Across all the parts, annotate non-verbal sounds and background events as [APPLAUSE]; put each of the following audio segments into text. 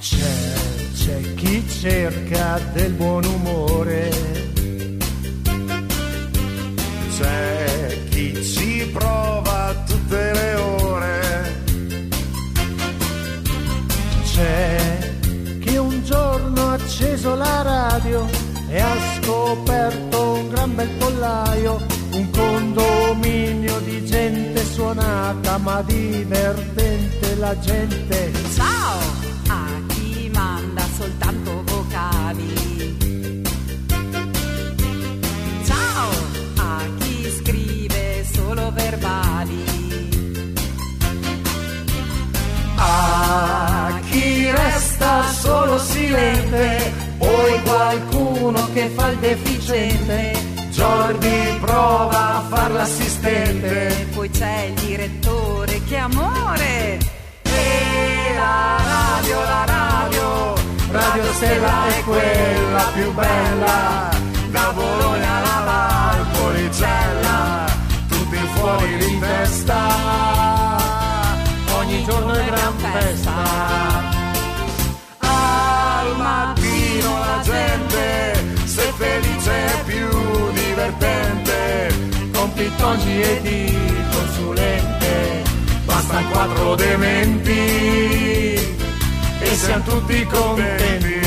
C'è, c'è chi cerca del buon umore. C'è chi ci prova tutte le ore. C'è chi un giorno ha acceso la radio e ha scoperto un gran bel pollaio, un condominio di gente suonata ma divertente la gente. Ciao a chi manda soltanto vocali. Ciao a chi scrive solo verbali. A chi resta solo silente, poi qualcuno che fa il deficiente, Giordi prova a far l'assistente. Poi c'è il direttore che amore. E la radio, la radio, Radio Stella è quella più bella, da Bologna alla Valpolicella, tutti fuori di testa, ogni giorno è gran festa. Al mattino la gente, se felice è più divertente, con pitoggi e di consulente, basta quattro dementi e siamo tutti contenti.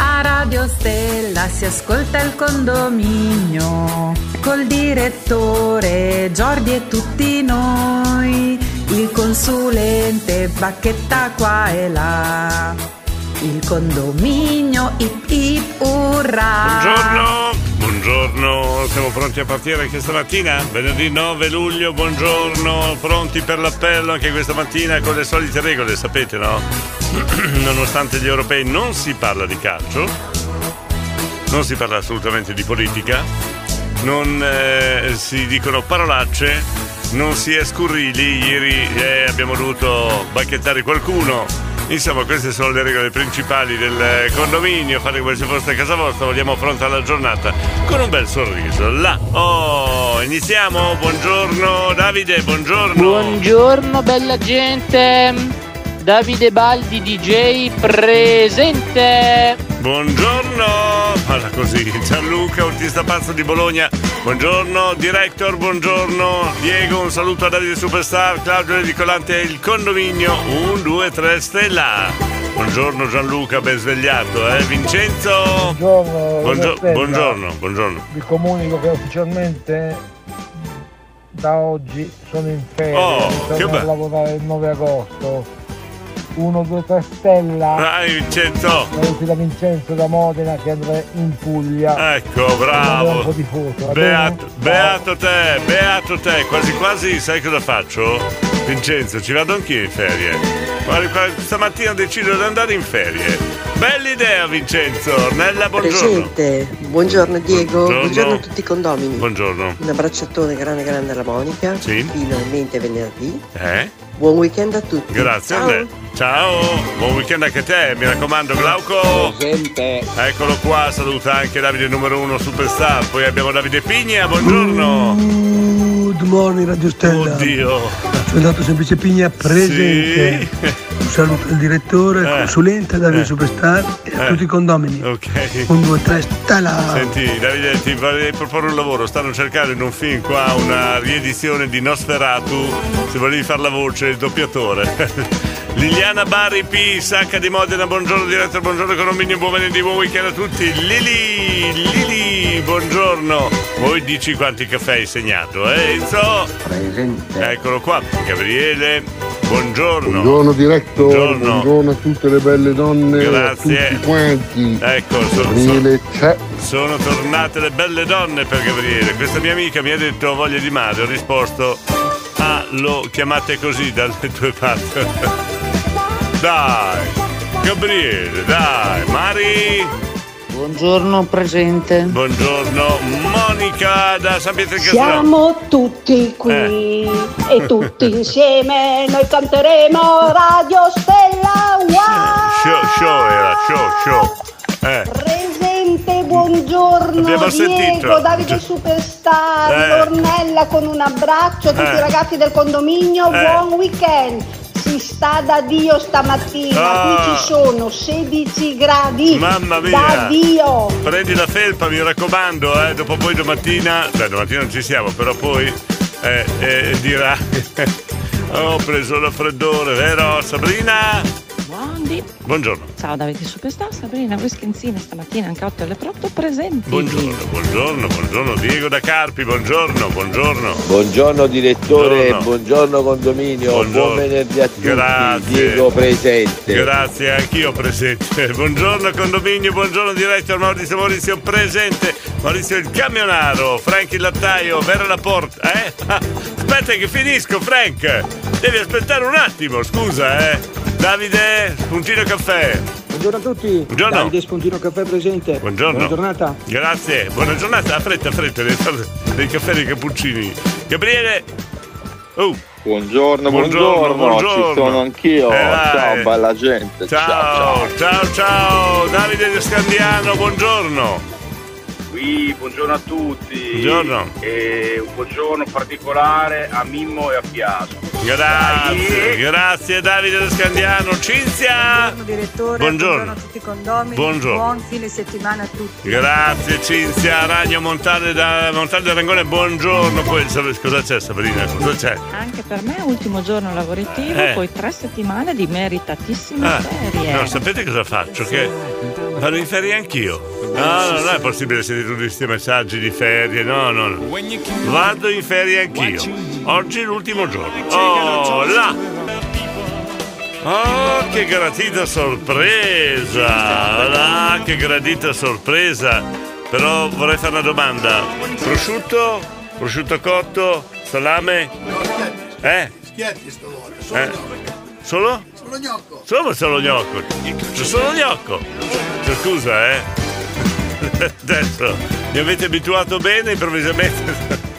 A Radio Stella si ascolta il condominio col direttore Giordi e tutti noi, il consulente Bacchetta qua e là. Il condominio ip ip urra. Buongiorno, buongiorno, siamo pronti a partire anche stamattina? Venerdì 9 luglio, buongiorno, pronti per l'appello anche questa mattina con le solite regole, sapete no? [CLEARS THROAT] Nonostante gli europei non si parla di calcio, non si parla assolutamente di politica, non eh, si dicono parolacce, non si è scurrili, ieri eh, abbiamo dovuto bacchettare qualcuno. Insomma, queste sono le regole principali del eh, condominio, fate come se fosse a casa vostra, vogliamo affrontare la giornata con un bel sorriso. Là, oh, iniziamo, buongiorno Davide, buongiorno. Buongiorno bella gente, Davide Baldi DJ presente. Buongiorno, parla così, Gianluca, autista pazzo di Bologna. Buongiorno, director, buongiorno. Diego, un saluto a Davide Superstar, Claudio Edicolante e il condominio 1, 2, 3 Stella. Buongiorno Gianluca, ben svegliato, eh. Vincenzo. Buongiorno, Buongio- Robertella. buongiorno, buongiorno. Vi comunico che ufficialmente da oggi sono in ferie, Oh, che sono a bello. lavorare il 9 agosto. 1, 2, 3 stella. Dai Vincenzo. Saluti da Vincenzo da Modena che andrà in Puglia. Ecco, Un po' bravo. di foto. va Beato, bene? beato te, beato te, quasi quasi sai cosa faccio? Vincenzo, ci vado anch'io in ferie. Guarda, qua- stamattina decido di andare in ferie. Bella idea Vincenzo, Ornella, buongiorno. Presente, buongiorno Diego, Buongiorno. buongiorno, a tutti i condomini. Buongiorno. Un abbracciatone grande grande alla Monica, Sì. finalmente venerdì. Eh? Buon weekend a tutti. Grazie Ciao. a te. Ciao, buon weekend anche a te, mi raccomando Glauco. Eccolo qua, saluta anche Davide numero uno superstar. Poi abbiamo Davide Pigna, buongiorno. Good morning Radio Stella. Oddio. Sono andato semplice Pigna presente. Sì. Un saluto al direttore, al consulente, Davide Superstar e a Eh. tutti i condomini. Ok. Un, due, tre, stella! Senti, Davide, ti vorrei proporre un lavoro. Stanno cercando in un film qua una riedizione di Nosferatu. Se volevi fare la voce, il doppiatore. [LAUGHS] Liliana Bari P, sacca di Modena, buongiorno direttore, buongiorno condominio, buon venerdì, buon weekend a tutti. Lili, Lili, buongiorno. Voi dici quanti caffè hai segnato, eh Enzo? Eccolo qua, Gabriele, buongiorno. Buongiorno direttore, Buongiorno. buongiorno. a tutte le belle donne, a Grazie. tutti quanti. Ecco, sono, Gabriele c'è. Sono tornate le belle donne per Gabriele. Questa mia amica mi ha detto "Ho voglia di madre. Ho risposto, ah, lo chiamate così dalle tue parti. [LAUGHS] dai, Gabriele, dai, Mari. Buongiorno presente. Buongiorno, Monica da San Eh. Pietro in Castello. Siamo tutti qui e [LAUGHS] tutti insieme noi canteremo Radio Stella Wow! Show, show era, show, show. Eh, Presente, buongiorno Abbiamo Diego, sentito. Davide Superstar, Eh. Ornella con un abbraccio a tutti Eh. i ragazzi del condominio, Eh. buon weekend! Si sta da Dio stamattina, Ah. qui ci sono 16 gradi Mamma mia. da Dio! Prendi la felpa, mi raccomando, eh, dopo poi domattina. Beh, domattina non ci siamo, però poi eh, eh, dirà. [LAUGHS] "Oh, Ho preso la freddore, vero Sabrina? Buondì. Buongiorno. Ciao Davide Superstar, Sabrina Wischenzina stamattina anche 8 alle 8 presenti. Buongiorno, buongiorno, buongiorno Diego da Carpi, buongiorno, buongiorno. Buongiorno direttore, Buongiorno. buongiorno, condominio, buon venerdì a tutti, Grazie. Diego presente. Grazie, anch'io presente. [LAUGHS] Buongiorno condominio, buongiorno director Maurizio Maurizio presente. Maurizio il camionaro, Frank il lattaio, Vera la porta. Eh? [LAUGHS] Aspetta che finisco, Frank. Devi aspettare un attimo, scusa, eh. Davide, puntino caffè. Buongiorno a tutti. Buongiorno. Davide Spontino Caffè presente. Buongiorno. Buona giornata. Grazie, buona giornata, a fretta, a fretta, devi fare dei caffè dei cappuccini. Gabriele. Oh. Buongiorno, Buongiorno, buongiorno, buongiorno. ci sono anch'io. Eh, dai. ciao bella gente. Ciao, ciao, ciao, Davide De Scandiano, buongiorno. Qui, buongiorno a tutti. Buongiorno. E un buongiorno particolare a Mimmo e a Piaso. Grazie, grazie Davide De Scandiano. Cinzia! direttore, Buongiorno. a tutti i condomini, Buongiorno. buon fine settimana a tutti. Grazie Cinzia, Ragno Montale da Montale del Rangone, buongiorno. Poi, sa- cosa c'è Sabrina? Cosa c'è? Anche per me ultimo giorno lavorativo, Eh. poi tre settimane di meritatissime Ah, ferie. no, sapete cosa faccio? Che vado in ferie anch'io. No, no, non è possibile sentire tutti questi messaggi di ferie, no, no, no. Vado in ferie anch'io. Oggi è l'ultimo giorno. Oh, là! Oh, che gradita sorpresa! Là, che gradita sorpresa! Però vorrei fare una domanda. Prosciutto? Prosciutto cotto? Salame? Eh? Schietti stavolta, sono eh. Solo? Sono gnocco. Solo solo gnocco. C'è solo gnocco. Cioè, Scusa, eh. [LAUGHS] Adesso mi avete abituato bene improvvisamente. [LAUGHS]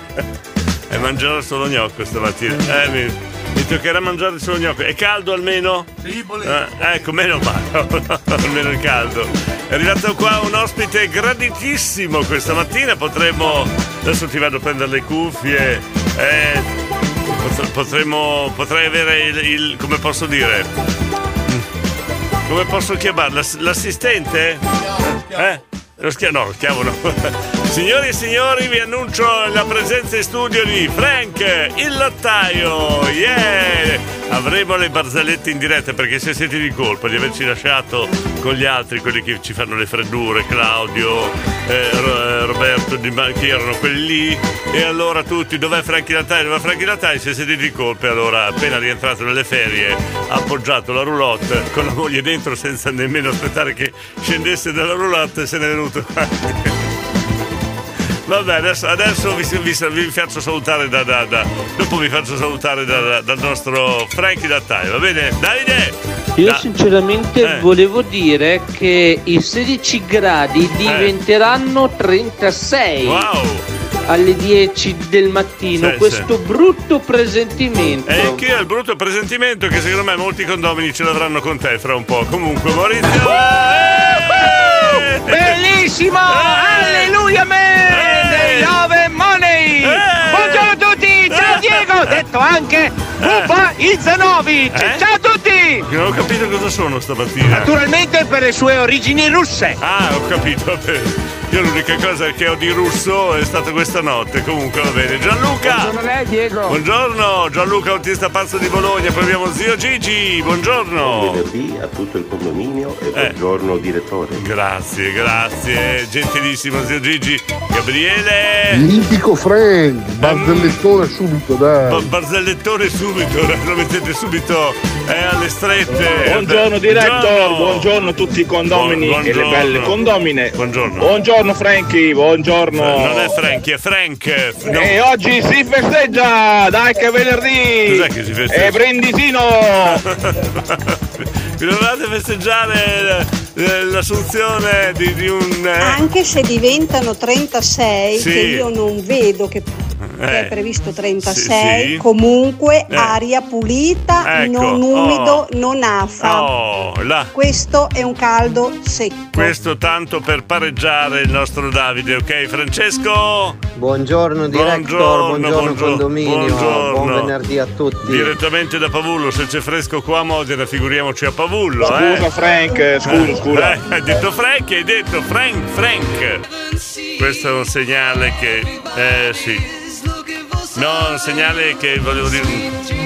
E mangerò solo gnocco stamattina. Eh, mi, mi toccherà mangiare solo gnocco. È caldo almeno? Sì, eh, Ecco, meno male. [LAUGHS] almeno è caldo. È arrivato qua un ospite graditissimo questa mattina. Potremmo. Adesso ti vado a prendere le cuffie. Eh, Potre- Potremmo. Potrei avere il, il- come posso dire? Come posso chiamarla? L'assistente? Eh? Lo schia- no, lo schiavo no. [LAUGHS] Signori e signori, vi annuncio la presenza in studio di Frank, il lattaio. Yeah! Avremo le barzellette in diretta perché se siete di colpa di averci lasciato con gli altri, quelli che ci fanno le freddure, Claudio, eh, Ro- eh, Roberto, Di Ma- chi erano quelli lì, e allora tutti, dov'è Franchi Latai? Dov'è Franchi Latai? Se siete di colpe, allora appena rientrato dalle ferie, ha appoggiato la roulotte con la moglie dentro senza nemmeno aspettare che scendesse dalla roulotte e se n'è venuto. Vabbè, adesso, adesso vi, vi- vi faccio salutare da, da, da- Dopo vi faccio salutare da- da- dal nostro Franchi Latai, va bene? Davide! Io Da- sinceramente Eh. volevo dire che i 16 gradi diventeranno 36 alle 10 del mattino. Sì, Questo brutto presentimento. E che è il brutto presentimento che secondo me molti condomini ce l'avranno con te fra un po'. Comunque, Maurizio. Bellissimo! Eh! Alleluia me! Love Money! Eh! Eh? Buongiorno a tutti! Ciao Diego! Detto anche Bufa il Zanovic! Ciao a tutti! Money! Non ho capito cosa sono stamattina. Naturalmente per le sue origini russe. Ah, ho capito. vabbè. Io l'unica cosa che ho di russo è stata questa notte. Comunque va bene. Gianluca! Buongiorno a lei, Diego. Buongiorno, Gianluca autista pazzo di Bologna. Poi abbiamo zio Gigi. Buongiorno. venerdì a tutto il condominio e buongiorno direttore. Eh. Grazie, grazie. Gentilissimo zio Gigi. Gabriele. Mitico Friend, barzellettone subito, Ba- dai. Barzellettone subito, [LAUGHS] lo mettete subito eh, alle strette. Buongiorno direttor, buongiorno, Buongiorno. a tutti i condomini Buon- e le buongiorno. belle condomine. Buongiorno. Buongiorno Franky, buongiorno. Eh, Non è Frankie, è Frank. eh, f- no. E oggi si festeggia, dai che è venerdì. Cos'è che si festeggia? Eh? E Brindisino. Eh. [LAUGHS] Vi dovevate festeggiare eh, l'assunzione di, di un... eh, Anche se diventano 36, Sì. che io non vedo che, che è eh, previsto 36, sì. comunque Eh. aria pulita, Ecco, non umido, oh. non afa. Oh, là. Questo è un caldo secco. Questo tanto per pareggiare il nostro Davide, ok? Francesco? Buongiorno director, buongiorno, condominio, buon venerdì a tutti. Direttamente da Pavullo, se c'è fresco qua a Modena, figuriamoci a Pavullo, eh. Scusa, Frank, scusa, Eh, scusa. eh, hai detto Frank, hai detto Frank, Frank. Questo è un segnale che eh sì. No, un segnale che volevo dire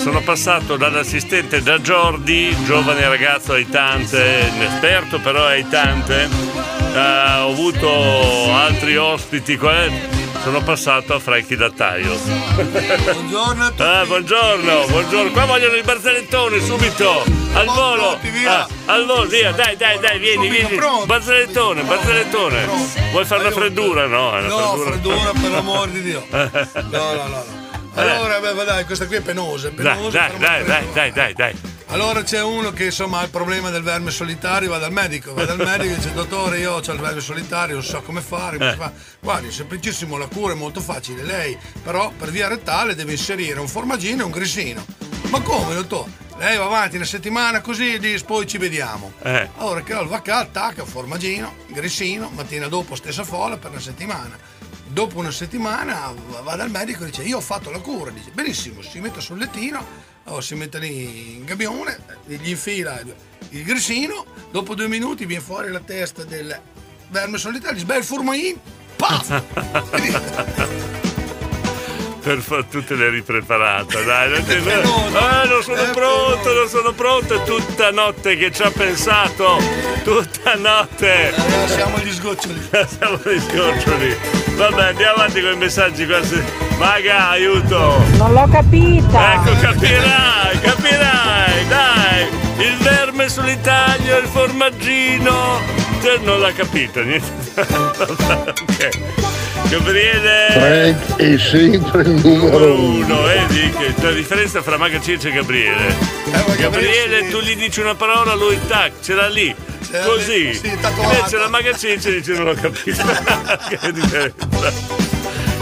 sono passato dall'assistente da Jordi, giovane ragazzo aitante, inesperto però aitante, eh, ho avuto altri ospiti qua, eh, sono passato a Franchi Dattaio. [LAUGHS] Buongiorno a tutti. Ah, buongiorno, buongiorno. Qua vogliono il barzellettone subito, al volo. Ah, al volo, Oh, via, dai, dai, dai, vieni, vieni. Barzellettone, barzellettone. Vuoi fare la freddura? No, è una No, freddura, per l'amor di [LAUGHS] Dio. No, no, no. Allora, beh, dai, questa qui è penosa, è Eh. Dai, penosa. dai, però- dai, dai, dai, dai, dai. Allora c'è uno che insomma ha il problema del verme solitario, va dal medico, va dal medico e dice dottore io ho il verme solitario, non so come fare, come Eh. fa?" guardi è semplicissimo, la cura è molto facile, lei però per via rettale deve inserire un formaggino e un grissino. Ma come dottore? Lei va avanti una settimana così, dice, poi ci vediamo. Eh. [LAUGHS] Allora che il vacca attacca, formaggino, grissino, mattina dopo stessa folla per una settimana. Dopo una settimana va- va dal medico e dice io ho fatto la cura, dice benissimo, si mette sul lettino, oh, si mette lì in gabbione, eh, gli infila il grissino, dopo due minuti viene fuori la testa del verme solitario, gli sbel furmain, paf! Per far tutte le ripreparata, dai, non, ti- Esatto. Ah, non Eh, sono pronto, non sono pronto, è tutta notte che ci ha pensato, tutta notte. Siamo gli sgoccioli. [LAUGHS] Siamo gli sgoccioli. Vabbè, andiamo avanti con i messaggi quasi. Maga, aiuto! Non l'ho capita. Ecco, capirai, capirai, dai! Il verme sull'Italia, il formaggino! Te non l'ha capito, niente. [LAUGHS] Ok. Gabriele! Frank è sempre il numero uno. No, vedi eh, che la differenza fra Maga Circe e Eh, Gabriele. Gabriele, tu gli dici una parola, lui tac, ce l'ha lì. Così. Invece la Maga Circe dice non l'ho capito. [LAUGHS] che differenza.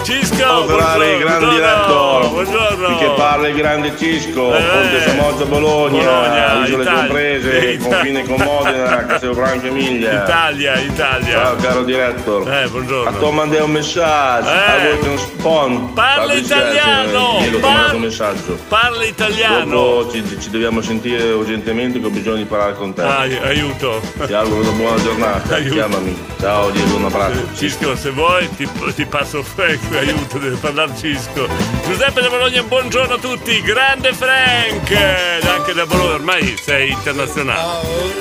Cisco, Ciao Ferrari, buongiorno. grande direttore. Buongiorno. Di che parla il grande Cisco, Eh, Ponte Samoggia Bologna, Bologna, Isole Italia. Comprese, Italia. confine con [LAUGHS] Modena, Castelbranco Emilia. Italia, Italia. Eh, Ciao caro direttore. A te mandai un messaggio, a voi che non spon. Parla Fabio Cerci, italiano, eh, Io ti ho par- mandato un messaggio. Parla italiano. Dopo ci, ci dobbiamo sentire urgentemente che ho bisogno di parlare con te. Ai- aiuto. Ti auguro una buona giornata. Chiamami. Ciao Diego, un abbraccio. Cisco, se vuoi ti, ti passo Frank, aiuto, deve parlare Cisco. Giuseppe da Bologna, buongiorno a tutti, grande Frank! Eh, Anche da Bologna, ormai sei internazionale.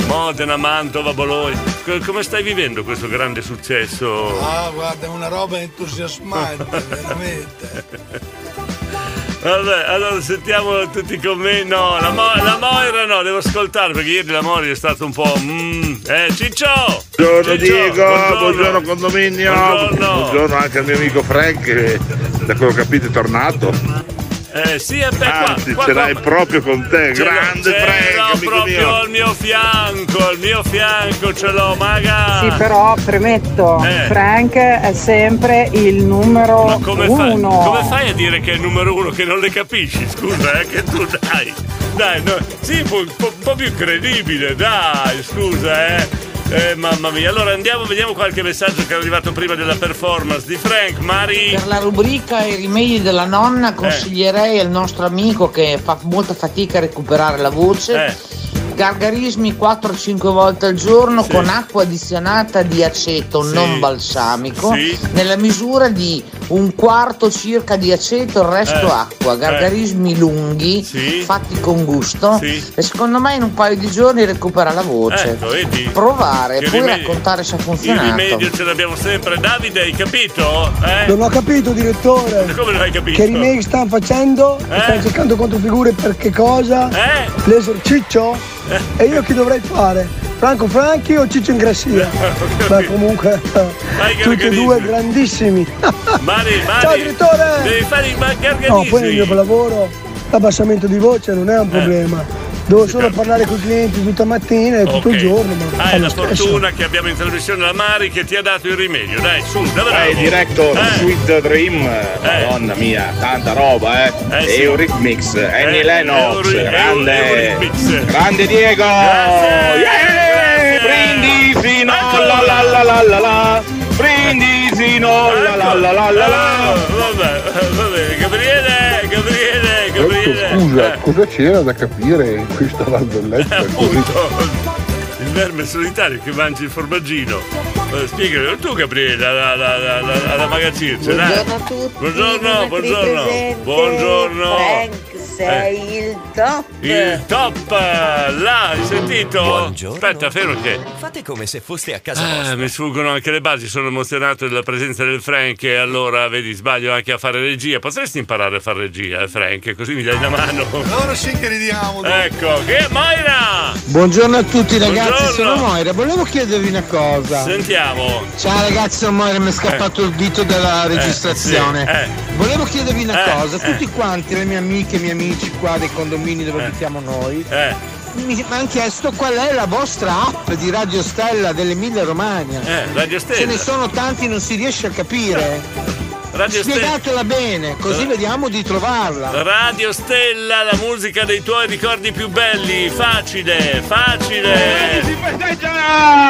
Modena, Mantova, Bologna. Co- Come stai vivendo questo grande successo? Ah, guarda, è una roba entusiasmante, veramente. Vabbè, allora sentiamo tutti con me. No, la, Mo- la Moira no, devo ascoltare perché ieri la Moira è stata un po'. mm, eh, Ciccio! Buongiorno Ciccio, Diego, buongiorno, buongiorno. condominio, Buongiorno. anche al mio amico Frank che da quello che ho capito è tornato. Eh, sì, e beh, qua- Anzi, qua- ce qua- l'hai proprio con te, Ce l'ho- grande ce Frank, l'ho amico proprio mio. al mio fianco, al mio fianco ce l'ho, maga. Sì, però premetto, Ah. Eh. Frank è sempre il numero Ma come fai, uno. come fai a dire che è il numero uno che non le capisci? Scusa, eh, che tu dai. Dai, no, sì, un po', un po' più credibile, dai, scusa, eh. Eh, mamma mia, allora andiamo, vediamo qualche messaggio che è arrivato prima della performance di Frank. Mari. Per la rubrica I rimedi della nonna consiglierei al nostro amico che fa molta fatica a recuperare la voce. Eh. Gargarismi 4-5 volte al giorno con acqua addizionata di aceto non balsamico Sì. nella misura di un quarto circa di aceto, il resto Eh. acqua. Gargarismi lunghi fatti con gusto e secondo me in un paio di giorni recupera la voce. Ecco, vedi? Provare, Che poi rimedi- raccontare se ha Il funzionato. rimedio ce l'abbiamo sempre. Davide, hai capito? Eh? Non ho capito, direttore. Come non hai capito? Che remake stanno facendo? Eh? Stanno cercando controfigure per che cosa? Eh? L'esorciccio? E io chi dovrei fare? Franco Franchi o Ciccio Ingrassia? Eh, Ma comunque, tutti e due grandissimi. Mari, Mari. Ciao, direttore! Devi fare i ma- No, gargarismi. poi nel mio lavoro l'abbassamento di voce non è Eh. un problema. Devo solo parlare con i clienti tutta mattina e tutto Ok. il giorno, ma Ah, fa è lo la stesso. fortuna che abbiamo in trasmissione la Mari che ti ha dato il rimedio. Dai, su, da bravo. Dai, diretto, Eh. Sweet Dream, madonna mia, tanta roba, eh. Eh, sì. Eurythmics, Annie Eh, Lennox, Eury- grande, Eurythmics. grande Diego. Yeah! Brindisi, no, la la la la la la. Brindisi, no, la la la la la la. Vabbè, vabbè, Gabriele, Eh, Gabriele, Ecco, Gabriele. scusa, cosa c'era da capire in questa [LAUGHS] barzelletta? Così? Il verme solitario che mangia il formaggino. Eh, Spiegamelo tu, Gabriele, alla, alla, alla, alla- alla magazzina. ce l'hai? Buongiorno a tutti. Ecco. qui Buongiorno, buongiorno. presente. eh. Buongiorno. Eh. Frank, sei il top. Il top, là, hai sentito? Buongiorno. Aspetta, fermo che... Fate come se foste a casa Ah, vostra. mi sfuggono anche le basi, sono emozionato della presenza del Frank e allora, vedi, sbaglio anche a fare regia. Potresti imparare a fare regia, eh, Frank, così mi dai la mano. Allora sì che ridiamo. Ecco, che Moira! Buongiorno a tutti ragazzi, Buongiorno. sono Moira, volevo chiedervi una cosa. Sentiamo. Ciao ragazzi, sono Moira, mi è scappato il dito dalla Eh, registrazione. sì, eh. Volevo chiedervi una Eh, cosa, eh. tutti quanti, le mie amiche e i miei amici qua dei condomini dove abitiamo noi, Eh. mi mi hanno chiesto qual è la vostra app di Radio Stella dell'Emilia Romagna. Eh, Radio Stella. Ce ne sono tanti, non si riesce a capire. Radio Spiegatela bene, così Eh. vediamo di trovarla. Radio Stella, la musica dei tuoi ricordi più belli. Facile, facile.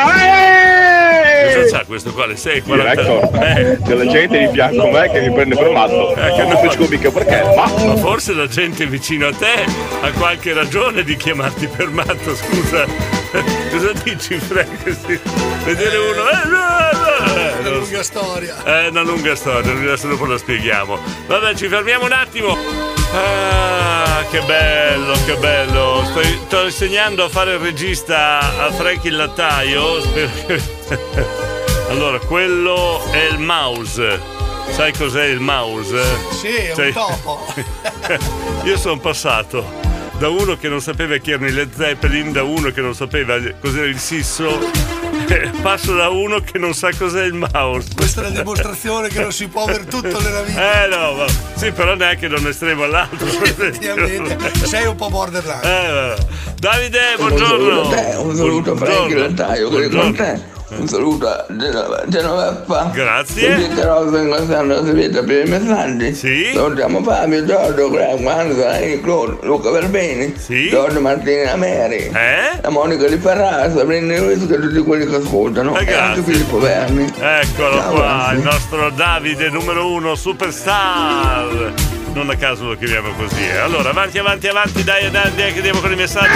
Eh, Cosa c'ha questo qua? Le 6, 40. Ecco, c'è la gente di fianco a me che mi prende per matto. Eh, che non capisco mica perché, ma... Ma forse la gente vicino a te ha qualche ragione di chiamarti per matto, scusa. [LAUGHS] Cosa dici, Frank? Sì. Vedere uno. eh, no, no, eh, Una non so. lunga storia. È una lunga storia, adesso dopo la spieghiamo. Vabbè, ci fermiamo un attimo. Ah, che bello, che bello. Sto, sto insegnando a fare il regista a Frank il lattaio. [LAUGHS] Spero che- Allora, quello è il mouse. Sai cos'è il mouse? Cioè, Sì, è un topo. Io sono passato da uno che non sapeva chi erano i Led Zeppelin, da uno che non sapeva cos'era il sisso, e passo da uno che non sa cos'è il mouse. Questa è la dimostrazione che non si può aver tutto nella vita. Eh no, ma, sì, però neanche da un estremo all'altro. Effettivamente, sei un po' borderline. Eh, vabbè. Davide, buongiorno. Un saluto a Frank Buongiorno. Lattaio, che è con te. Un saluto a Geno- Genoveffa. Grazie. Siete Rosa in Glassano, Silvia per i messaggi. Sì. Salutiamo Fabio, Giorgio, Greg, Manzo, Enrico, Claude, Luca Verbeni. Sì. Giorgio Martina Meri. Eh? La Monica di Ferrara, Sabrina Luis, che tutti quelli che ascoltano. e anche Filippo Verni. Eccolo Ciao, qua, grazie. il nostro Davide numero uno, superstar. Non a caso lo chiamiamo così. eh. Allora, avanti, avanti, avanti, dai, dai, dai, che andiamo con i messaggi.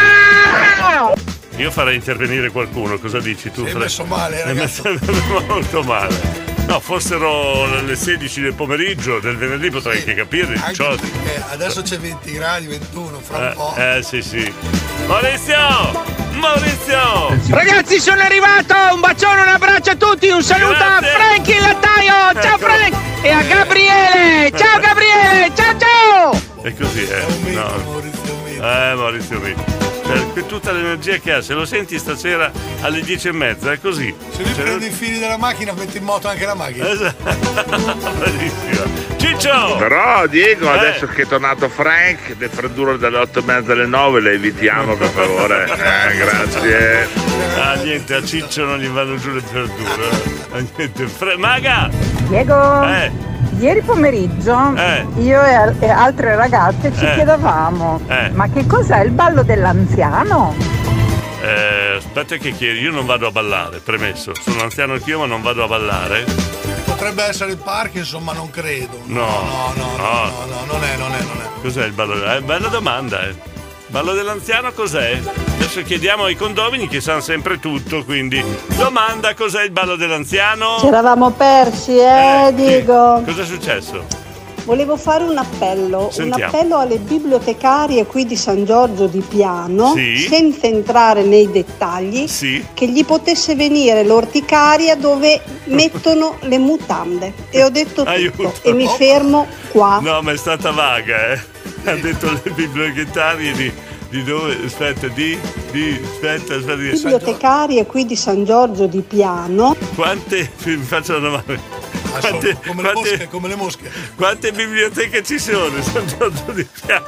Alberto! Io farei intervenire qualcuno, cosa dici tu? È messo male, ragazzi. [LAUGHS] molto male. No, fossero le 16 del pomeriggio, del venerdì potrei anche capire, 18. Eh, adesso c'è 20 gradi, 21, fra un Eh, po'. eh, sì, sì. Maurizio! Maurizio! Ragazzi, sono arrivato! Un bacione, un abbraccio a tutti, un saluto a Frank il lattaio! Ecco. Ciao Frank! E a Gabriele! Ciao Gabriele! Ciao ciao! E così è. no. Eh, Maurizio Mito. Cioè, que- tutta l'energia che ha, se lo senti stasera alle 10 e mezza, è così. Se lui Cioè, prende i fili della macchina, mette in moto anche la macchina. [LAUGHS] Bravissimo. Ciccio! Però Diego, Eh. adesso che è tornato Frank, le freddure dalle 8 e mezza alle 9 le evitiamo per favore. [LAUGHS] Eh, grazie. Ah, niente, a Ciccio non gli vanno giù le verdure. [LAUGHS] eh. Ah, niente. Fre- Maga! Diego, Eh. ieri pomeriggio Eh. io e, al- e altre ragazze ci Eh. chiedevamo Eh. ma che cos'è il ballo dell'anziano? Eh, aspetta che chiedo, io non vado a ballare, premesso. Sono anziano anch'io ma non vado a ballare. Potrebbe essere il Parkinson, ma non credo. No, no, no, no, no, non è, non è, non è. Cos'è il ballo? Eh, bella domanda, eh. Ballo dell'anziano cos'è? Adesso chiediamo ai condomini che sanno sempre tutto, quindi domanda cos'è il ballo dell'anziano? Ci eravamo persi, eh, dico. Cos'è successo? Volevo fare un appello, un Sentiamo. appello alle bibliotecarie qui di San Giorgio di Piano, Sì. senza entrare nei dettagli, Sì. che gli potesse venire l'orticaria dove mettono le mutande. E ho detto tutto. Aiuto. E mi fermo qua. No, ma è stata vaga, eh. Ha detto le bibliotecarie di, di dove? Aspetta, di, di, aspetta, aspetta. di- Bibliotecarie qui di San Giorgio di Piano. Quante, mi faccio una domanda. Quante, come, le mosche, come le mosche. Quante biblioteche ci sono? in San Giorgio di Piano.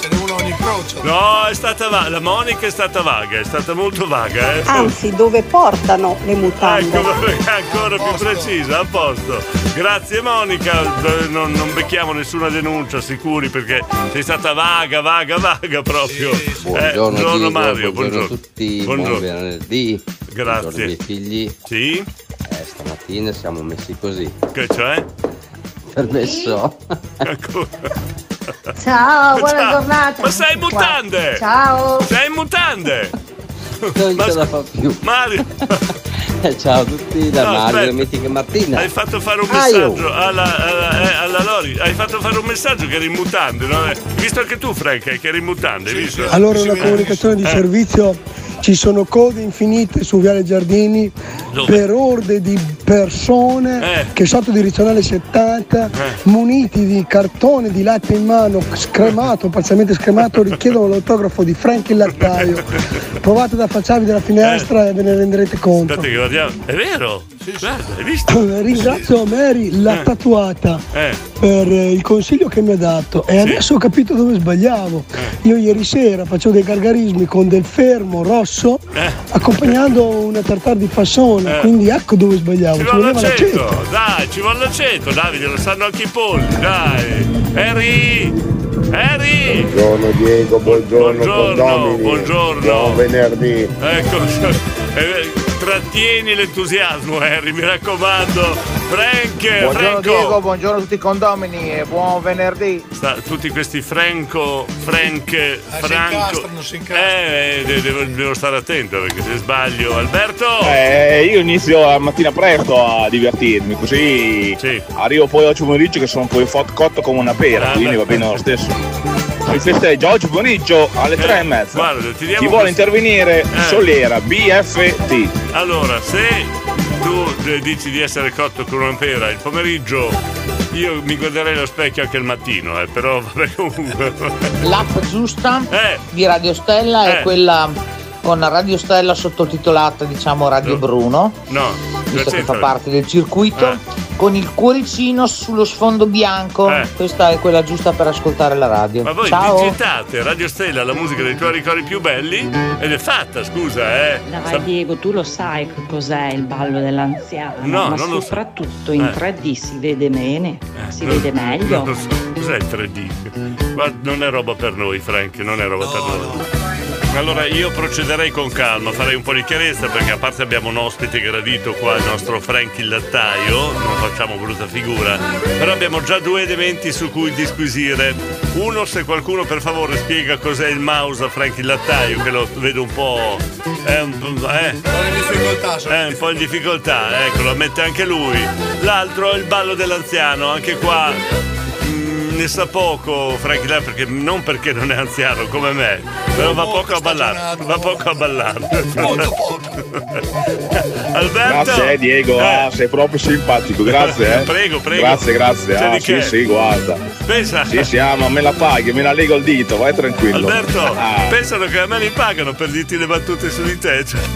Ce n'è una ogni croce. No, è stata vaga. La Monica è stata vaga, è stata molto vaga. Eh. Anzi, dove portano le mutande. Ecco, [LAUGHS] vabbè, ancora più precisa, a posto. Grazie Monica, eh, non, non becchiamo nessuna denuncia, sicuri, perché sei stata vaga, vaga, vaga proprio. Eh, Buongiorno, Diego, buongiorno, Mario, buongiorno. a tutti, Buongiorno. buon venerdì. Grazie. Buongiorno ai miei figli. Sì. Eh, stamattina siamo messi così. Che cioè? Ecco. Permesso. [LAUGHS] Eh! Ciao, buona giornata. Ma sei in mutande! Ciao. Sei in mutande! non ce la fa più. Mario. Eh, Ciao a tutti da No, Mario, aspetta. da Mitica Martina. Hai fatto fare un Aio. messaggio alla, alla, eh, alla Lori, hai fatto fare un messaggio che eri in mutande, no? Hai visto anche tu, Frank, che eri in mutande, hai visto? Allora una comunicazione di Eh. servizio, ci sono code infinite su Viale Giardini Dove? per orde di persone Eh. che sotto direzionale 70, muniti di cartone di latte in mano, scremato, parzialmente scremato, richiedono l'autografo di Frank il [LAUGHS] lattaio. Provate ad affacciarvi dalla finestra Eh. e ve ne renderete conto. Aspetta che guardiamo. È vero? Guarda, hai visto? Eh, Ringrazio Mary la tatuata Eh. per eh, il consiglio che mi ha dato e adesso ho capito dove sbagliavo. Eh. Io ieri sera facevo dei gargarismi con del fermo rosso Eh. accompagnando una tartare di fassone, quindi ecco dove sbagliavo. Ci Ci vuole voleva l'aceto. l'aceto, dai, ci vuole l'aceto, Davide, lo sanno anche i polli, dai. Harry! Harry! Buongiorno Diego, buongiorno, Buongiorno, condomini. buongiorno. Buon venerdì. Ecco, [LAUGHS] eh, trattieni l'entusiasmo, Harry, mi raccomando. Frank, Buongiorno Franco. Diego, buongiorno a tutti i condomini e buon venerdì. Sta- tutti questi Franco, Frank, Franco. Eh, de- devo, devo stare attento perché se sbaglio, Alberto. Eh, io inizio la mattina presto a divertirmi, così arrivo poi oggi pomeriggio che sono poi fot- cotto come una pera, Ah, quindi beh. va bene lo stesso. Mi festeggio oggi pomeriggio alle tre e mezza. Eh, guarda, ti diamo Chi vuole questo- intervenire, Eh. Solera, BFT. Allora, se tu eh, dici di essere cotto con una pera il pomeriggio, io mi guarderei allo specchio anche il mattino, eh, però vabbè [LAUGHS] comunque. L'app giusta di Radio Stella è Eh. quella con Radio Stella sottotitolata, diciamo, Eh. Radio Bruno, No, visto che fa c'entra? parte del Eh. circuito, con il cuoricino sullo sfondo bianco. Questa è quella giusta per ascoltare la radio. Eh. Ma voi Ciao. digitate Radio Stella, la musica dei tuoi ricordi più belli ed è fatta, scusa, eh. Dai Sa- Diego, tu lo sai che cos'è il ballo dell'anziano, No, ma non lo so. soprattutto in Eh. 3D si vede bene, si No, vede meglio. non [LAUGHS] lo so. Cos'è il 3D? Guarda, non è roba per noi, Frank, non è roba per noi. Allora io procederei con calma, farei un po' di chiarezza perché a parte abbiamo un ospite gradito qua, il nostro Frank il lattaio, non facciamo brutta figura, però abbiamo già due elementi su cui disquisire. Uno se qualcuno per favore spiega cos'è il mouse a Frank il lattaio, che lo vedo un po'... È un, eh. È un po' in difficoltà, ecco, lo ammette anche lui. L'altro è il ballo dell'anziano, anche qua Mm, ne sa poco Frank Lai perché non perché non è anziano come me, però va poco a ballare, va poco a ballare. [LAUGHS] Alberto Grazie eh, Diego, Eh. ah, sei proprio simpatico, [LAUGHS] grazie. Eh. Prego, prego. Grazie, grazie. C'è Ah, di che. sì, sì, guarda. Pensa. Sì, sì, ah, ma me la paghi, me la lego il dito, vai tranquillo. Alberto, Ah. pensano che a me mi pagano per dirti le battute su di te. cioè. [LAUGHS]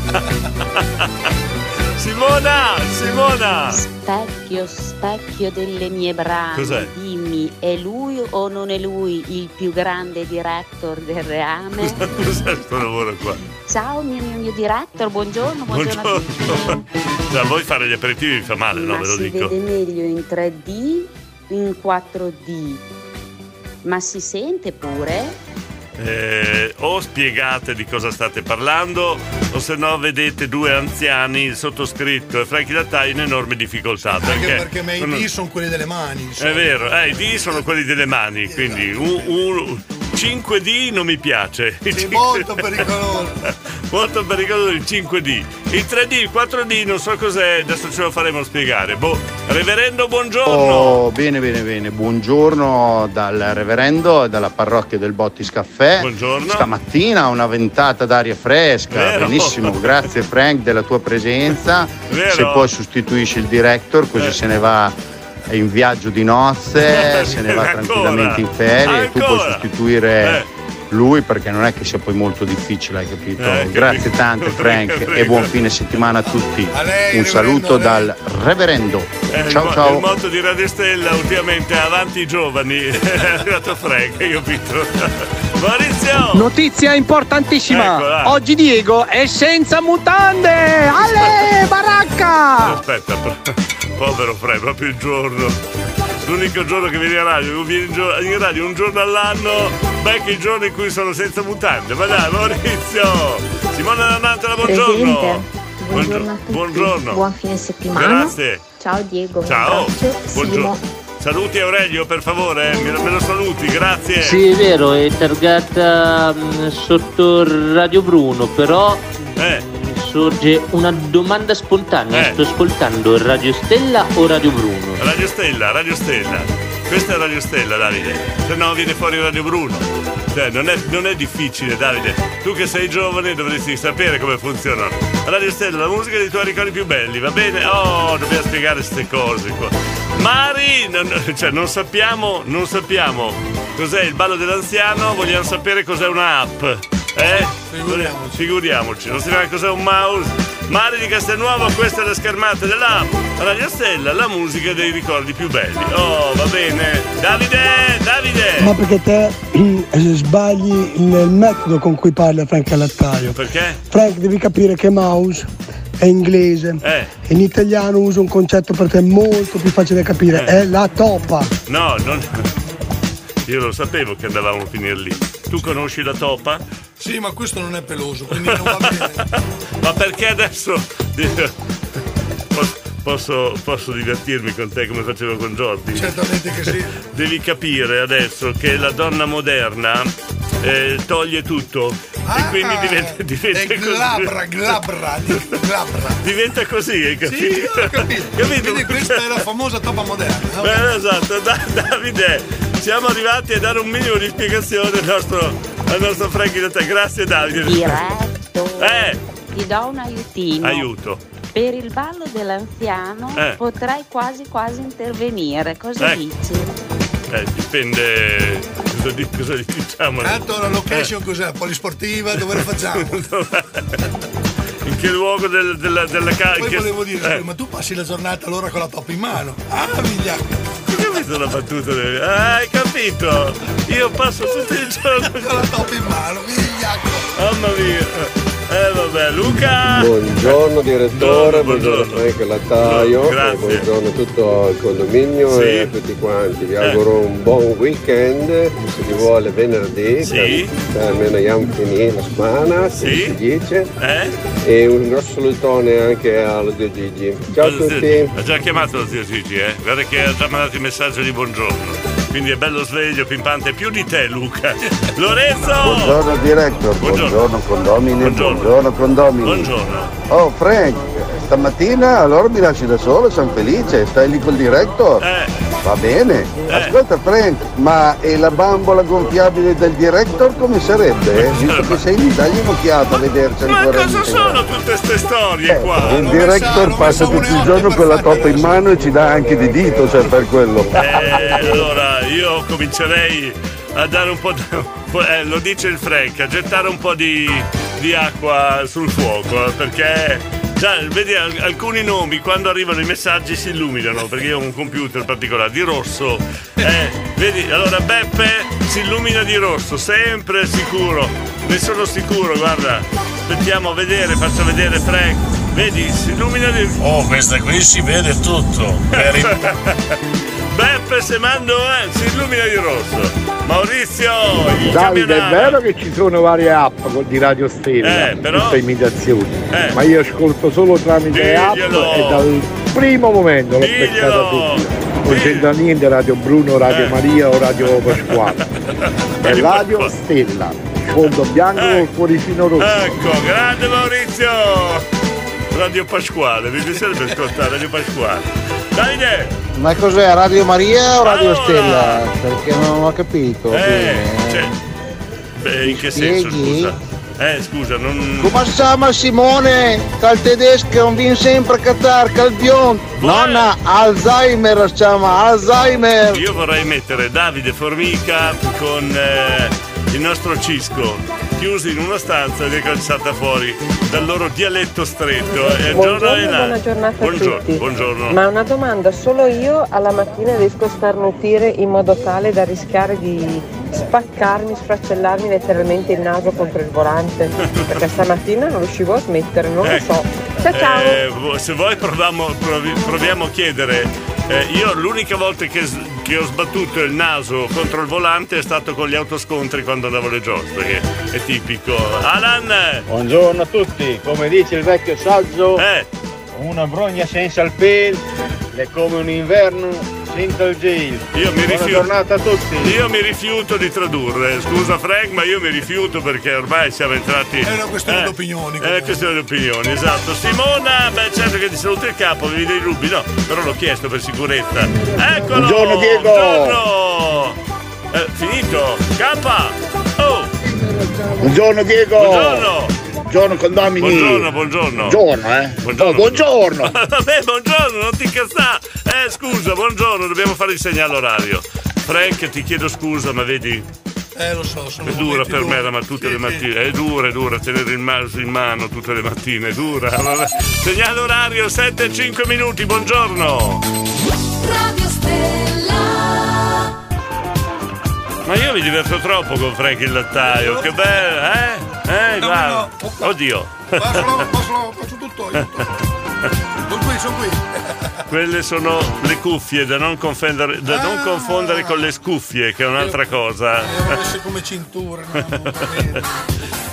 Simona, Simona. Specchio, specchio delle mie braccia. Cos'è? Dimmi, è lui o non è lui il più grande director del reame? Cos'è sto lavoro qua? Ciao mio mio mio director, buongiorno, buongiorno, a tutti. Buongiorno. Cioè, a voi fare gli aperitivi vi fa male, no? Ma Ve lo si dico. vede meglio in 3D, in 4D. Ma si sente pure? eh, o spiegate di cosa state parlando o se no vedete due anziani, il sottoscritto e Frankie Lattaio in enorme difficoltà. Anche perché perché me i sono- D sono quelli delle mani. è vero, eh, i D sono quelli delle mani, Esatto. quindi 5D non mi piace. Sei molto pericoloso. [LAUGHS] molto pericoloso il 5D. Il 3D, il 4D non so cos'è, adesso ce lo faremo spiegare. Boh, reverendo, buongiorno. Oh, bene, bene, bene. Buongiorno dal reverendo e dalla parrocchia del Bottis Caffè. Buongiorno. Stamattina una ventata d'aria fresca. Benissimo, grazie Frank della tua presenza. Vero. Eh. Se poi sostituisci il director così se ne va in viaggio di nozze, [LAUGHS] se ne va Ancora. tranquillamente in ferie e tu puoi Ancora. sostituire lui perché non è che sia poi molto difficile, hai capito? Eh, capito. grazie [LAUGHS] tante Frank e buon fine settimana a tutti. lei, Un saluto dal reverendo. Eh, il, Ciao mo- ciao. il motto di Radio Stella ultimamente è avanti i giovani. [LAUGHS] È arrivato Frank, io pito. Maurizio! Notizia importantissima. Eccola. Oggi Diego è senza mutande. Eh, Ale, Ah. baracca! Aspetta, pro- povero Frank, proprio il giorno. L'unico giorno che viene in radio, viene in, gio- in radio un giorno all'anno, becchi il giorno in cui sono senza mutande. Ma dai, Maurizio! Simona D'Annantela, buongiorno! Presidente, buongiorno a tutti. buongiorno. Buon fine settimana. Grazie. Ciao Diego. Ciao! un abbraccio. Buongiorno. Simo. Saluti Aurelio, per favore, eh, me lo- me lo saluti, grazie. Sì, è vero, è targata mh, sotto Radio Bruno, però mh, sorge una domanda spontanea. Eh. Sto ascoltando Radio Stella o Radio Bruno? Radio Stella, Radio Stella. Questa è Radio Stella, Davide. Se no viene fuori Radio Bruno. Cioè, non è, non è difficile, Davide. Tu che sei giovane dovresti sapere come funzionano. Radio Stella, la musica dei tuoi ricordi più belli, va bene? Oh, dobbiamo spiegare queste cose qua. Mari, non, cioè, non sappiamo, non sappiamo cos'è il ballo dell'anziano, vogliamo sapere cos'è una app. Eh? Figuriamoci. non sappiamo cos'è un mouse. Mari di Castelnuovo, questa è la schermata dell'app. Radio Stella, la musica dei ricordi più belli. Oh, va bene. Davide, Davide! Ma perché te eh, sbagli il metodo con cui parla Frank Lattaio? Perché? Frank, devi capire che mouse è inglese. Eh. In italiano uso un concetto per te molto più facile da capire, Eh. è la toppa. No, non... [LAUGHS] Io lo sapevo che andavamo a finire lì. Tu conosci la toppa? Sì, ma questo non è peloso, quindi non va bene. [LAUGHS] Ma perché adesso Pos- posso, posso divertirmi con te come facevo con Jordi? Certamente che sì. [LAUGHS] Devi capire adesso che la donna moderna eh, toglie tutto e quindi diventa, diventa Ah, È così. glabra, glabra, [LAUGHS] di- glabra. Diventa così, hai capito? Sì, ho [LAUGHS] capito. Quindi questa è la famosa toppa moderna. Beh, esatto, Da- Davide, siamo arrivati a dare un minimo di spiegazione al nostro, al nostro Frankie da te. Grazie Davide. Diretto. [LAUGHS] Eh, Ti do un aiutino. aiuto. Per il ballo dell'anziano Eh. potrai quasi quasi intervenire. Cosa Ecco. dici? Eh, dipende cosa, di- cosa gli diciamo. Eh. Tanto la location cos'è? Polisportiva, dove la facciamo? [LAUGHS] In che luogo del- della, della ca- Poi che- volevo dire, eh, scusa, ma tu passi la giornata allora con la toppa in mano. Ah, miglia. Hai visto la battuta? del- Ah, hai capito? Io passo tutto il giorno con la toppa in mano, migliacco. Mamma mia. Eh vabbè, Luca. Buongiorno direttore, buongiorno, Frank Lattaio, Grazie. e buongiorno a tutto il condominio Sì. Eh. e a tutti quanti. Vi auguro un buon weekend, se vi vuole venerdì, sì. almeno abbiamo finito la settimana, Sì. si dice, Eh? e un grosso salutone anche allo zio Gigi. Ciao a Lo zio tutti! Gigi- Ha già chiamato lo zio Gigi, eh? Guarda che ha già mandato il messaggio di buongiorno. Quindi è bello sveglio, pimpante, più di te Luca. [LAUGHS] Lorenzo! Buongiorno director, buongiorno, condomini, buongiorno, condomini. Buongiorno. Oh Frank, stamattina allora mi lasci da solo, sono felice, stai lì col director. Eh. Va bene. Ascolta Frank, ma e la bambola gonfiabile del director come sarebbe? eh? Visto che sei in Italia un'occhiata a vederci Ma ancora. cosa sono tutte queste storie qua? Eh, Il director passa tutto il giorno con la toppa in mano e ci dà anche di dito se per quello. Eh, allora io comincerei a dare un po' di. eh, lo dice il Frank, a gettare un po' di, di acqua sul fuoco, eh, perché già vedi al- alcuni nomi quando arrivano i messaggi si illuminano, perché io ho un computer particolare di rosso. Eh, vedi, allora Beppe si illumina di rosso, sempre sicuro, ne sono sicuro, guarda. Aspettiamo a vedere, faccio vedere Frank. Vedi, si illumina di... Oh, questa qui si vede tutto. [LAUGHS] Beppe Semando eh, si illumina di rosso. Maurizio, il Davide, è camionaro. vero che ci sono varie app con- di Radio Stella, Eh, però- tutte imitazioni, Eh. ma io ascolto solo tramite app e dal primo momento l'ho beccata tutta. Non c'entra niente Radio Bruno, Radio Maria o Radio Pasquale. È Radio Stella, fondo bianco col cuoricino rosso. Ecco, grande Maurizio! Radio Pasquale, mi piacerebbe ascoltare Radio Pasquale. Davide! Ma cos'è Radio Maria o Radio Stella? Perché non ho capito. Eh, bene. cioè, beh, in che senso, Spieghi? scusa? Eh, scusa, non... Come siamo Simone? Cal tedesco non viene sempre a Qatar, cal bion. Nonna, Alzheimer si chiama, Alzheimer. Io vorrei mettere Davide Formica con eh, il nostro Cisco chiusi in una stanza ed è calzata fuori dal loro dialetto stretto. Eh, Buongiorno, giorno e là. buona giornata a buongiorno, tutti. buongiorno. Ma una domanda, solo io alla mattina riesco a starnutire in modo tale da rischiare di spaccarmi, sfracellarmi letteralmente il naso contro il volante, perché stamattina non riuscivo a smettere, non lo so. Ciao ciao! Eh, vo- se vuoi proviamo, provi- proviamo a chiedere. Eh, io l'unica volta che, s- che ho sbattuto il naso contro il volante è stato con gli autoscontri quando andavo alle giostre, che è tipico. Alan! Buongiorno a tutti, come dice il vecchio saggio, Eh. una brogna senza il pel è come un inverno senza il gel. Io mi Buona rifiuto. giornata a tutti. Io mi rifiuto di tradurre, scusa Frank, ma io mi rifiuto perché ormai siamo entrati. È una questione di opinioni. È una questione di opinioni, esatto. Simona, beh certo che ti saluta il capo, avevi dei dubbi, no, però l'ho chiesto per sicurezza. Eccolo! Buongiorno, Diego. Buongiorno! Eh, finito! Capa! Oh! Buongiorno Diego! Buongiorno! Buongiorno condomini! Buongiorno, buongiorno! Buongiorno, eh! Buongiorno! [LAUGHS] Oh, buongiorno! Vabbè, buongiorno, non ti incazzà! Eh, scusa, buongiorno, dobbiamo fare il segnale orario. Frank, ti chiedo scusa, ma vedi, Eh, lo so, sono È dura momenti per me duri. la ma- tutte Sì, le sì. mattine, è dura, è dura tenere il naso in mano tutte le mattine, è dura. Allora, segnale orario 7 e 5 minuti, buongiorno. Radio Stella. Ma io mi diverto troppo con Frank il lattaio, che bello, eh? Eh, guarda. Oddio. [LAUGHS] Sono qui, sono qui. Quelle sono le cuffie da non confondere, da non confondere con le scuffie, che è un'altra cosa. Eh. Messe come cintura. no?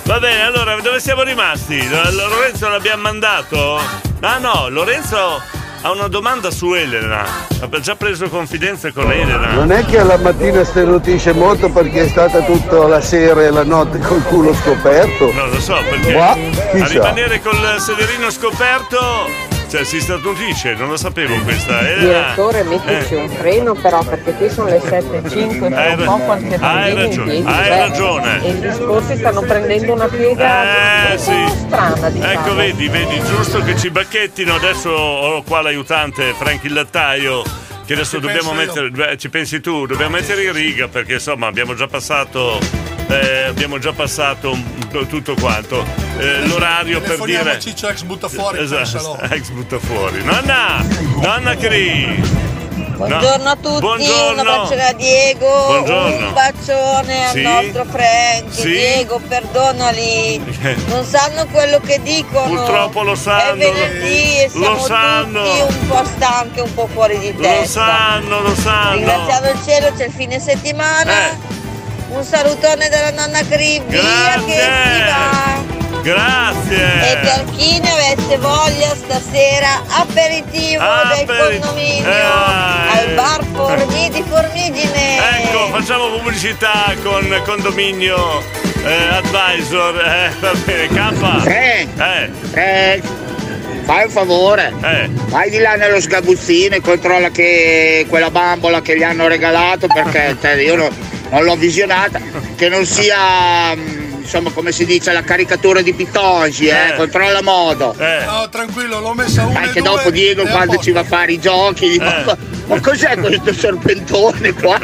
Va bene, allora dove siamo rimasti? L- Lorenzo l'abbiamo mandato? Ah no, Lorenzo ha una domanda su Elena. Ha già preso confidenza con Elena. Non è che la mattina sternutisce molto perché è stata tutta la sera e la notte col culo scoperto? No, lo so, perché Ma, a chissà. rimanere col sederino scoperto. Cioè, si statutisce, non lo sapevo questa. Elena. Direttore, mettici Eh. un freno però, perché qui sono le 7.05, tra Hai un po' ra- quante Eh, hai bambine ragione, in piedi, hai beh, ragione. eh. E i discorsi stanno prendendo una piega Eh, sì. strana, diciamo. Ecco, vedi, vedi, giusto che ci bacchettino. Adesso ho qua l'aiutante Franchi Lattaio. Che adesso dobbiamo penso mettere, beh, ci pensi tu, dobbiamo mettere in riga perché insomma abbiamo già passato, eh, abbiamo già passato mm, tutto quanto. Eh, l'orario per Telefoniamo dire. Esatto, a Ciccio ex butta fuori, pensalo. [LAUGHS] ex butta fuori. Nonna! Nonna Cri! Buongiorno a tutti, Buongiorno. un bacione a Diego, Buongiorno. un bacione al Sì. nostro Frank. Sì. Diego, perdonali, [LAUGHS] Eh. non sanno quello che dicono. Purtroppo lo sanno, È venerdì e lo siamo sanno. tutti un po' stanchi, un po' fuori di Lo testa. sanno, lo sanno. Eh. Ringraziamo il cielo, c'è il fine settimana. Un salutone dalla nonna Cribbi, che si va. E Grazie! per chi ne avesse voglia stasera aperitivo del Aperi- condominio Eh. al bar Forni di Formigine. Ecco, facciamo pubblicità con Condominio eh, Advisor. Eh, va bene, K. Frank. Eh, Eh, fai un favore, vai di là nello sgabuzzino e controlla che quella bambola che gli hanno regalato, perché te, io no- non l'ho visionata, che non sia, mm, insomma, come si dice, la caricatura di Pitongi, eh, Eh. controlla modo. Eh. No, tranquillo, l'ho messa una Anche e due dopo Diego e a quando posto. ci va a fare i giochi, gli dico, Eh. ma, ma cos'è questo serpentone qua?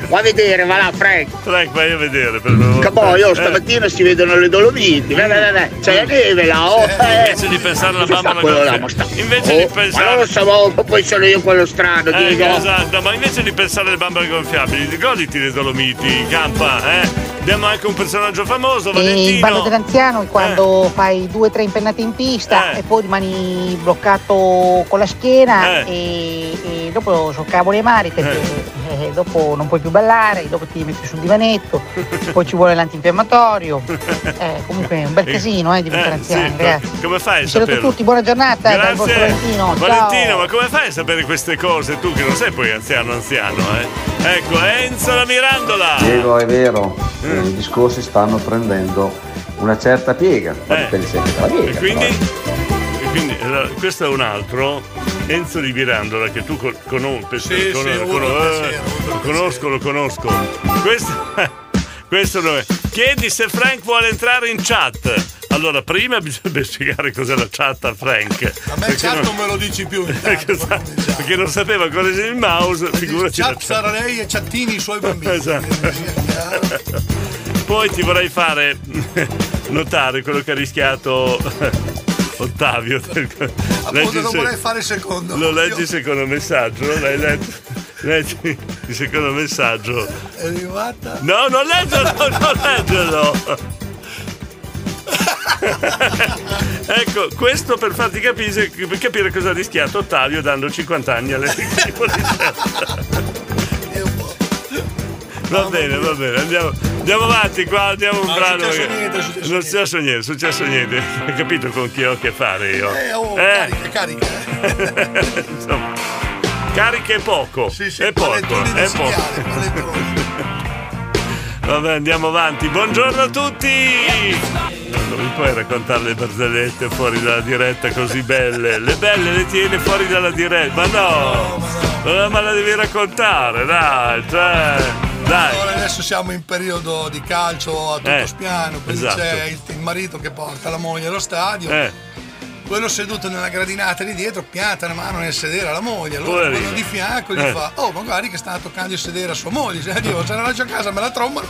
[LAUGHS] va a vedere, va là Frank. Frank, vai a vedere per favore. Caboio, Eh. stamattina si vedono le Dolomiti, vai, vai, vai, vai, c'è la neve là, oh, eh. Invece di pensare alla Cosa sta bambola quello là, gonfia. ma sta- Invece Oh, di pensare. Ma non lo so, ma poi sono io quello strano, Eh, Diego. esatto, ma invece di pensare alle bambole gonfiabili, goditi le Dolomiti, campa, eh? Abbiamo anche un personaggio famoso, E il ballo Valentino. Eh. dell'anziano è quando fai due o tre impennate in pista e poi rimani bloccato con la schiena Eh. e, e dopo sono cavoli amari perché eh, dopo non puoi più ballare, dopo ti metti sul divanetto, Oh, poi ci vuole [LAUGHS] l'antinfiammatorio. Eh, comunque è un bel casino eh, diventare Eh, sì, anziani, ragazzi. co- come fai a Un saluto a saperlo? tutti, buona giornata dal vostro Valentino. Valentino, ciao. ma come fai a sapere queste cose tu che non sei poi anziano anziano, eh? Ecco, Enzo la Mirandola. Diego, è vero, Mm. Eh, i discorsi stanno prendendo una certa piega, ma Eh. dipende sempre dalla piega. E quindi, e quindi, allora, questo è un altro, Enzo di Mirandola, che tu con- conosci, Sì, con- sì, con- uno eh, che lo conosco, lo conosco. Questo, [LAUGHS] questo non è. Chiedi se Frank vuole entrare in chat. Allora, prima bisogna spiegare cos'è la chat a Frank. A me chat non me lo dici [LAUGHS] più. perché, sa- perché non sapeva cosa sia il mouse, figurati la Chat chat. sarà lei e chattini i suoi bambini. Esatto. [LAUGHS] Poi ti vorrei fare notare quello che ha rischiato Ottavio. [LAUGHS] Appunto, non se- vorrei fare il secondo. Eh, Lo leggi il secondo messaggio? no? L'hai letto? Leggi il secondo messaggio. È arrivata. No, non leggerlo, [LAUGHS] non leggerlo! [LAUGHS] ecco, questo per farti capire, per capire cosa ha rischiato Ottavio dando 50 anni [LAUGHS] alle [LAUGHS] Va bene, va bene, andiamo, andiamo avanti qua, andiamo un Non è brano. successo che- niente, è successo non è successo niente, è successo niente. Hai capito con chi ho a che fare io? Eh, oh, Eh. carica, carica. [LAUGHS] Insomma, cariche è poco. è poco, è poco. [LAUGHS] Vabbè, andiamo avanti. Buongiorno a tutti! Non mi puoi raccontare le barzellette fuori dalla diretta così belle. Le belle le tieni fuori dalla diretta. Ma no! Eh, Ma la devi raccontare, dai! Cioè, dai! Allora, adesso siamo in periodo di calcio a tutto Eh, spiano, quindi esatto. c'è il, il marito che porta la moglie allo stadio. Eh. Quello seduto nella gradinata lì dietro pianta la mano nel sedere alla moglie, allora Poverino. quello di fianco gli Eh. fa Oh ma guardi che sta toccando il sedere a sua moglie, se Dio, se la lascio a casa me la [LAUGHS] tromba.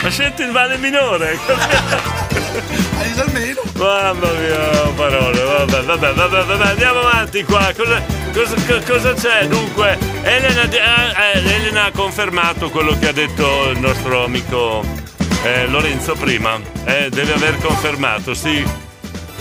Ma senti il male minore! Mamma mia, oh, parole, vabbè, vabbè, vabbè, vabbè, andiamo avanti qua. Cosa, cosa- co- cosa c'è? Dunque, Elena, de- eh, eh, Elena ha confermato quello che ha detto il nostro amico eh, Lorenzo prima. Eh, deve aver confermato, sì.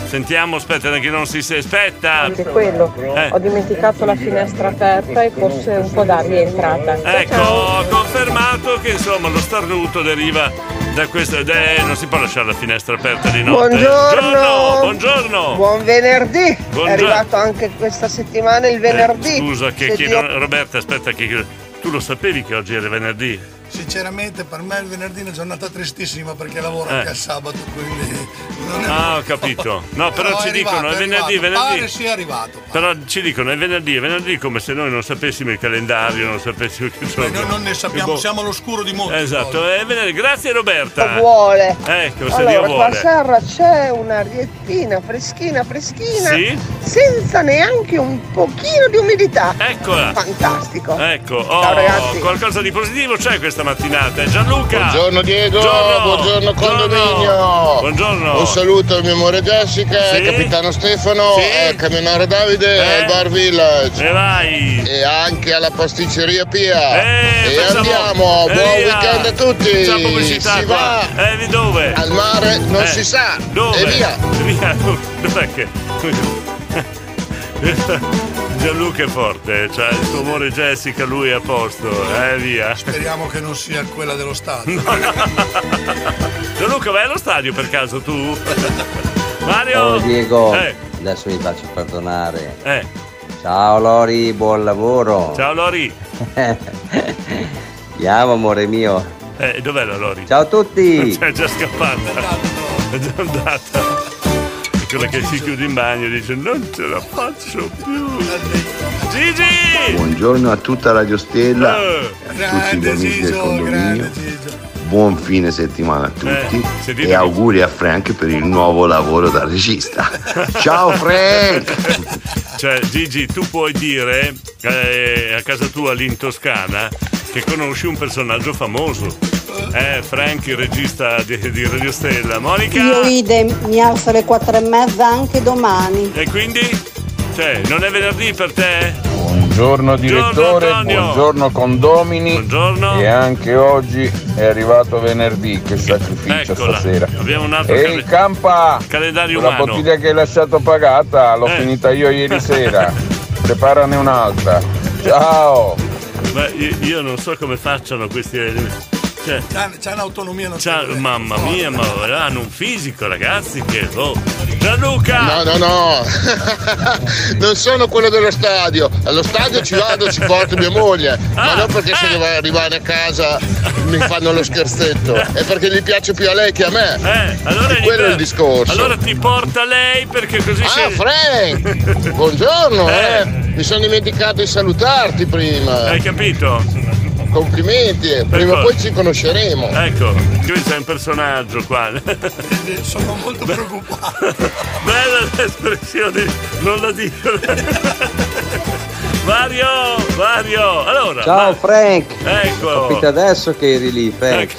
Sentiamo, aspetta, che non si se aspetta. Anche quello. Eh. Ho dimenticato la finestra aperta e forse un po' d'aria è entrata. Ciao, Ecco, ciao. ho confermato che insomma lo starnuto deriva da questo. eh, non si può lasciare la finestra aperta di notte. Buongiorno. Buongiorno! Buon venerdì! Buongiorno. È arrivato anche questa settimana il venerdì. Eh, scusa, che Se chiedo. Dio- Roberta, aspetta, che tu lo sapevi che oggi era venerdì? Sinceramente per me il venerdì è una giornata tristissima perché lavoro Eh. anche il sabato, quindi Ah, ho capito. [LAUGHS] No, però, Però è ci dicono arrivato, è è venerdì, arrivato. venerdì. Pare sia arrivato. Però ci dicono è venerdì, è venerdì come se noi non sapessimo il calendario, non sapessimo che giorno. noi non ne sappiamo, Boh. siamo all'oscuro di molti. Esatto, è venerdì. Grazie Roberta. Dio vuole. Ecco, se Dio Allora, qua a vuole. Serra c'è una ariettina freschina, freschina, Sì? senza neanche un pochino di umidità. Eccola. [LAUGHS] Fantastico. Ecco, oh, Ciao, ragazzi. qualcosa di positivo c'è questa mattinata. eh? Gianluca. Buongiorno Diego, buongiorno condominio. Buongiorno. Un saluto al mio amore Jessica, Sì. Eh. al capitano Stefano, al camionare Davide e al bar Village. E vai. E anche alla pasticceria Pia. Eh, e pensavo- andiamo, Eh, buon via. weekend a tutti. Facciamo pubblicità si qua. va. Eh, di dove? Al mare non Eh, si sa. Dove? E via. [LAUGHS] Via. Dov'è che? [LAUGHS] Gianluca è forte, cioè il suo amore Jessica, lui è a posto, eh via. Speriamo che non sia quella dello Stato. Gianluca, vai allo stadio per caso [LAUGHS] tu? Mario! Oh, Ciao Diego, Eh, adesso vi faccio perdonare. eh. Ciao Lori, buon Oh. lavoro. Ciao Lori! Andiamo amore mio. Eh, dov'è la Lori? Cioè, Ciao a [LAUGHS] tutti. È già scappata. È già andata. Quella che si chiude in bagno e dice non ce la faccio [LAUGHS] più. Gigi! Buongiorno a tutta Radio Stella, Eh, a tutti gli amici oh, del condominio. Buon fine settimana a Eh, tutti e auguri a Frank per il nuovo lavoro da [LAUGHS] regista. Ciao Frank! Cioè, Gigi, tu puoi dire eh, a casa tua lì in Toscana che conosci un personaggio famoso. Eh, Frank, il regista di, di Radio Stella. Monica! Io idem, mi alzo alle quattro e mezza anche domani. E quindi? Cioè, non è venerdì per te? Buongiorno direttore, buongiorno, condomini e anche oggi è arrivato venerdì, che sacrificio Ecco, Eccola. stasera. Abbiamo un altro Ehi calen- campa! calendario La umano. Eh. bottiglia che hai lasciato pagata l'ho finita io [LAUGHS] ieri sera. Preparane un'altra. Ciao! Ma io, io non so come facciano questi. Cioè, C'ha, c'ha un'autonomia non c'ha- mamma mia, ma hanno un fisico, ragazzi, che. Oh. No, Gianluca! no, [LAUGHS] no, non sono quello dello stadio. Allo stadio ci vado, ci porto mia moglie, Ah. ma non perché se devo arrivare a casa mi fanno lo [LAUGHS] scherzetto, è perché gli piace più a lei che a me. allora e quello è il discorso. Allora ti porta lei perché così Ah, sei. Frank! Buongiorno, eh. Mi sono dimenticato di salutarti prima. Hai capito? Complimenti, eh. prima o cosa? poi ci conosceremo. Ecco, questo è un personaggio qua. [LAUGHS] Sono molto preoccupato. [LAUGHS] Bella l'espressione, non la dico. [LAUGHS] Mario, Mario, allora. Ciao Mar- Frank! Ho capito Ecco. adesso che eri lì, Frank.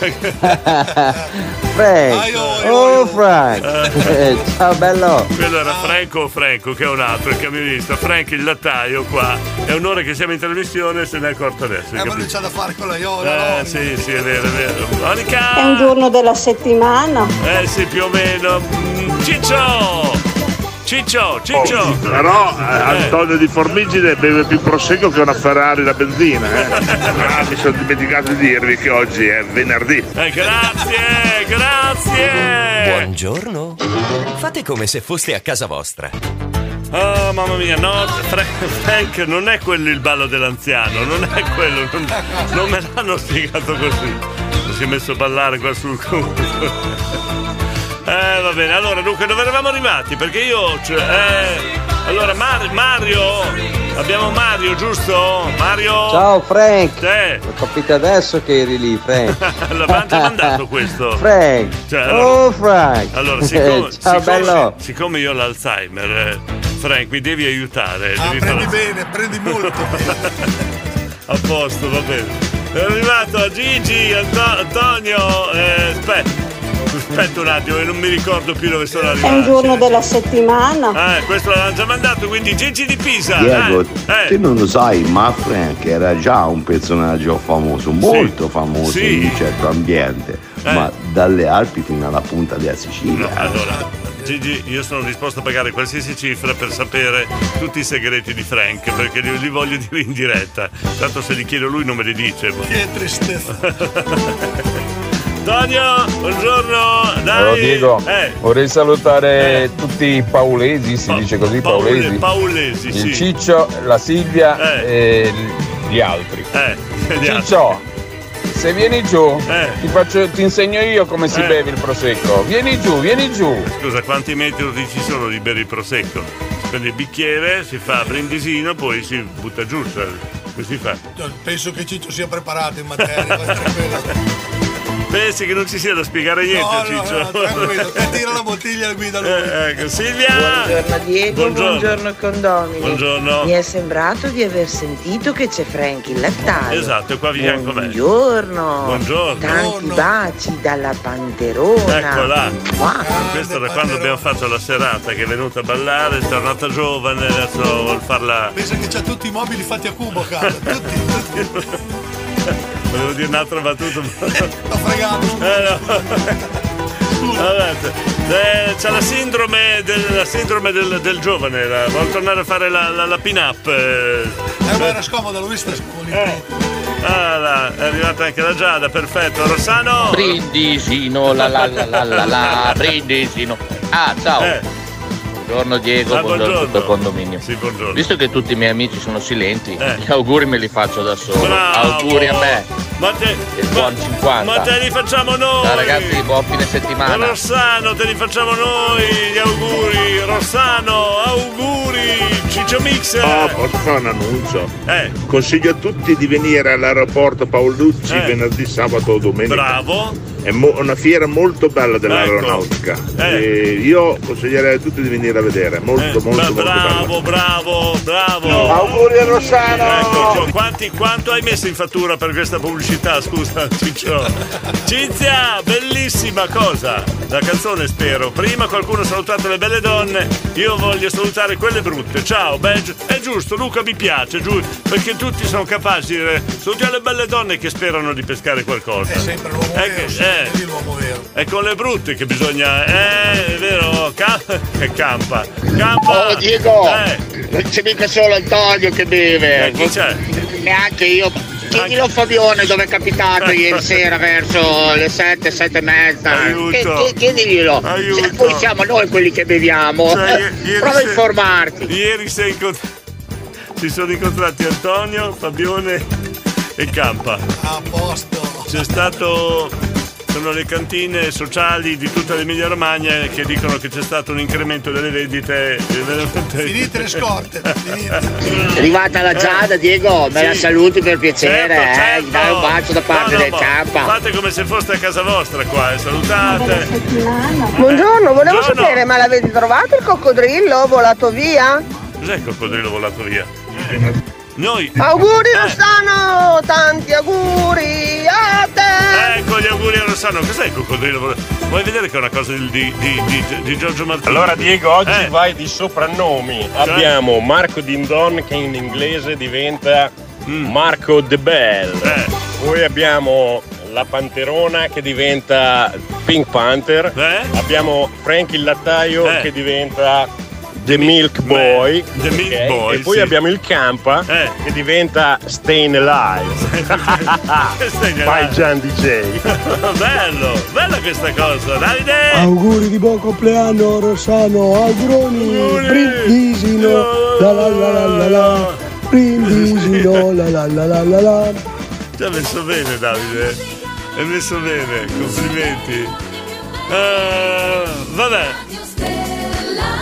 Frank! Oh Eh. Frank! Ciao bello! Quello era Franco o Franco, che è un altro, il camionista. Franco il lattaio qua. È un'ora che siamo in trasmissione, se ne è accorto adesso. hai Eh, Ma non capito? c'ha da fare con la iola. Eh, sì, sì, è vero, è vero. Monica! È un giorno della settimana. Eh sì, più o meno. Mm, Ciccio! Ciccio, Ciccio! Però eh, Antonio di Formigine beve più prosecco che una Ferrari da benzina. eh. Ah, mi sono dimenticato di dirvi che oggi è venerdì. Eh, grazie, grazie! Buongiorno. Fate come se foste a casa vostra. Oh, mamma mia, no, Fra- Frank, non è quello il ballo dell'anziano, non è quello, non, non me l'hanno spiegato così. Mi si è messo a ballare qua sul culo. Eh, va bene, allora, dunque, dove eravamo arrivati? Perché io, cioè, eh, allora, Mar- Mario, abbiamo Mario, giusto? Mario? Ciao Frank! [LAUGHS] Sì. Ho capito adesso che eri lì, [LAUGHS] Frank. Allora, ma hanno già mandato questo. Frank! Cioè, Oh Frank! [LAUGHS] Allora, siccome, Ciao siccome- bello! si- siccome io ho l'Alzheimer, eh, Frank, mi devi aiutare. Ah, devi prendi fare- bene, prendi [LAUGHS] molto bene. A posto, va bene. È arrivato Gigi, Anto- Antonio. eh, aspetta, aspetta un attimo, che non mi ricordo più dove sono È un arrivato. giorno della settimana. Eh, questo l'hanno già mandato, quindi Gigi di Pisa. Diego, eh, eh. te non lo sai, ma Frank era già un personaggio famoso, molto famoso Sì. Eh. in un certo ambiente, ma dalle Alpi fino alla punta della Sicilia. Allora, Gigi, io sono disposto a pagare qualsiasi cifra per sapere tutti i segreti di Frank, perché li, li voglio dire in diretta. Tanto se li chiedo lui non me li dice. Che [LAUGHS] tristezza. Antonio, buongiorno. Dai. Ciao Diego, Eh, vorrei salutare tutti i paulesi, Oh, si dice così, Paule- paulesi. paulesi, il sì. Eh. Ciccio, la Silvia e gli altri. Ciccio, se vieni giù, ti, faccio- ti insegno io come si Eh. beve il prosecco. Vieni giù, vieni giù. Scusa, quanti metodi ci sono di bere il prosecco? Si prende il bicchiere, si fa a brindisino, poi si butta giù. cioè, Così fa. Penso che Ciccio sia preparato in materia. vai tranquillo. Pensi che non ci sia da spiegare niente, No, no, Ciccio? no, [LAUGHS] tranquillo. Che tira la bottiglia e guida lui. Eh, ecco, Silvia! Buongiorno Diego, Buongiorno. buongiorno, condomini. Buongiorno. Mi è sembrato di aver sentito che c'è Frank il lattaio. Esatto, è qua via con me. Buongiorno. Buongiorno. Tanti baci dalla Panterona. Eccola. Questo da quando abbiamo fatto la serata che è venuta a ballare, è tornata giovane, adesso vuol farla. Pensa che c'ha tutti i mobili fatti a cubo a casa. Tutti. Volevo dire un'altra [LAUGHS] battuta. L'ho fregato. c'è la sindrome del, la sindrome del, del giovane, la- vuol tornare a fare la, la, la pin-up. eh. Eh, ma era scomoda, l'ho vista con il Ah, là, è arrivata anche la Giada, perfetto. Rossano! Brindisino, la la la la la la, Brindisino. Ah, ciao. Eh. Buongiorno Diego, Ah, buongiorno, buongiorno. a tutto il condominio. Visto che tutti i miei amici sono silenti, gli auguri me li faccio da solo. Eh. Bravo. Auguri a me. Ma te, e buon 50. Ma te li facciamo noi! Ciao ragazzi, buon fine settimana. Rossano, te li facciamo noi gli auguri. Rossano, auguri. Ciccio Mixer. Oh, posso fare un annuncio? Eh. Consiglio a tutti di venire all'aeroporto Paolucci Eh. venerdì, sabato o domenica. Bravo. È mo- una fiera molto bella dell'aeronautica. Ecco. Eh. E io consiglierei a tutti di venire a vedere. Molto, molto, molto bella. Bravo, bravo, bravo. Auguri a Rossano. Ecco, Gio, quanti- quanto hai messo in fattura per questa pubblicità? pubblicità, scusa, [LAUGHS] Ciccio. Cinzia, bellissima cosa. La canzone, spero. Prima qualcuno ha salutato le belle donne, io voglio salutare quelle brutte. Ciao, Beggio. È giusto, Luca mi piace, giù, perché tutti sono capaci di dire salutiamo le belle donne che sperano di pescare qualcosa. È sempre l'uomo È vero, che- sempre eh. lì l'uomo vero. È con le brutte che bisogna. Eh, è vero, ca- [LAUGHS] che campa. Campa! Oh Diego, Eh. non c'è mica solo Antonio che beve. Eh, chi c'è? Neanche io. Chiedilo a Fabione dove è capitato [LAUGHS] ieri sera verso le 7, 7 e mezza. Aiuto. Che- che- Chiediglielo. Se Cioè, poi siamo noi quelli che beviamo. Cioè, i- [LAUGHS] ieri Prova a se- informarti. Ieri sei incont- si sono incontrati Antonio, Fabione e Campa. A posto. C'è stato. Sono le cantine sociali di tutta l'Emilia Romagna che dicono che c'è stato un incremento delle vendite. Finite le scorte, È arrivata la Giada, Diego, me la saluti per piacere. eh. Eh. Certo, certo. Gli dai un bacio da parte No, no, del ma campa. Fate come se foste a casa vostra qua, eh, salutate. Buongiorno, volevo Buongiorno. sapere, ma l'avete trovato il coccodrillo volato via? Cos'è il coccodrillo volato via? Noi Auguri Eh. Rossano, tanti auguri a te! Ecco gli auguri a Rossano, cos'è il coccodrillo? Vuoi vedere che è una cosa di, di- di- di- di Giorgio Martini? Eh, Allora Diego, oggi [LAUGHS] vai di soprannomi. Cioè? Abbiamo Marco Dindon che in inglese diventa Mm. Marco De Bell. Eh. Poi abbiamo la Panterona che diventa Pink Panther. Abbiamo Frank il Lattaio Eh. che diventa The Milk Boy. ok? Boy, e poi sì. Eh. abbiamo il Campa che diventa Stain [LAUGHS] Alive. Vai Gian DJ. bello, bella questa cosa, Davide! Auguri di buon compleanno Rossano, auguroni, brindisino, la la la la la la, brindisino, la la la la la la. Ti ha messo bene Davide, hai messo bene, complimenti. Eh, vabbè.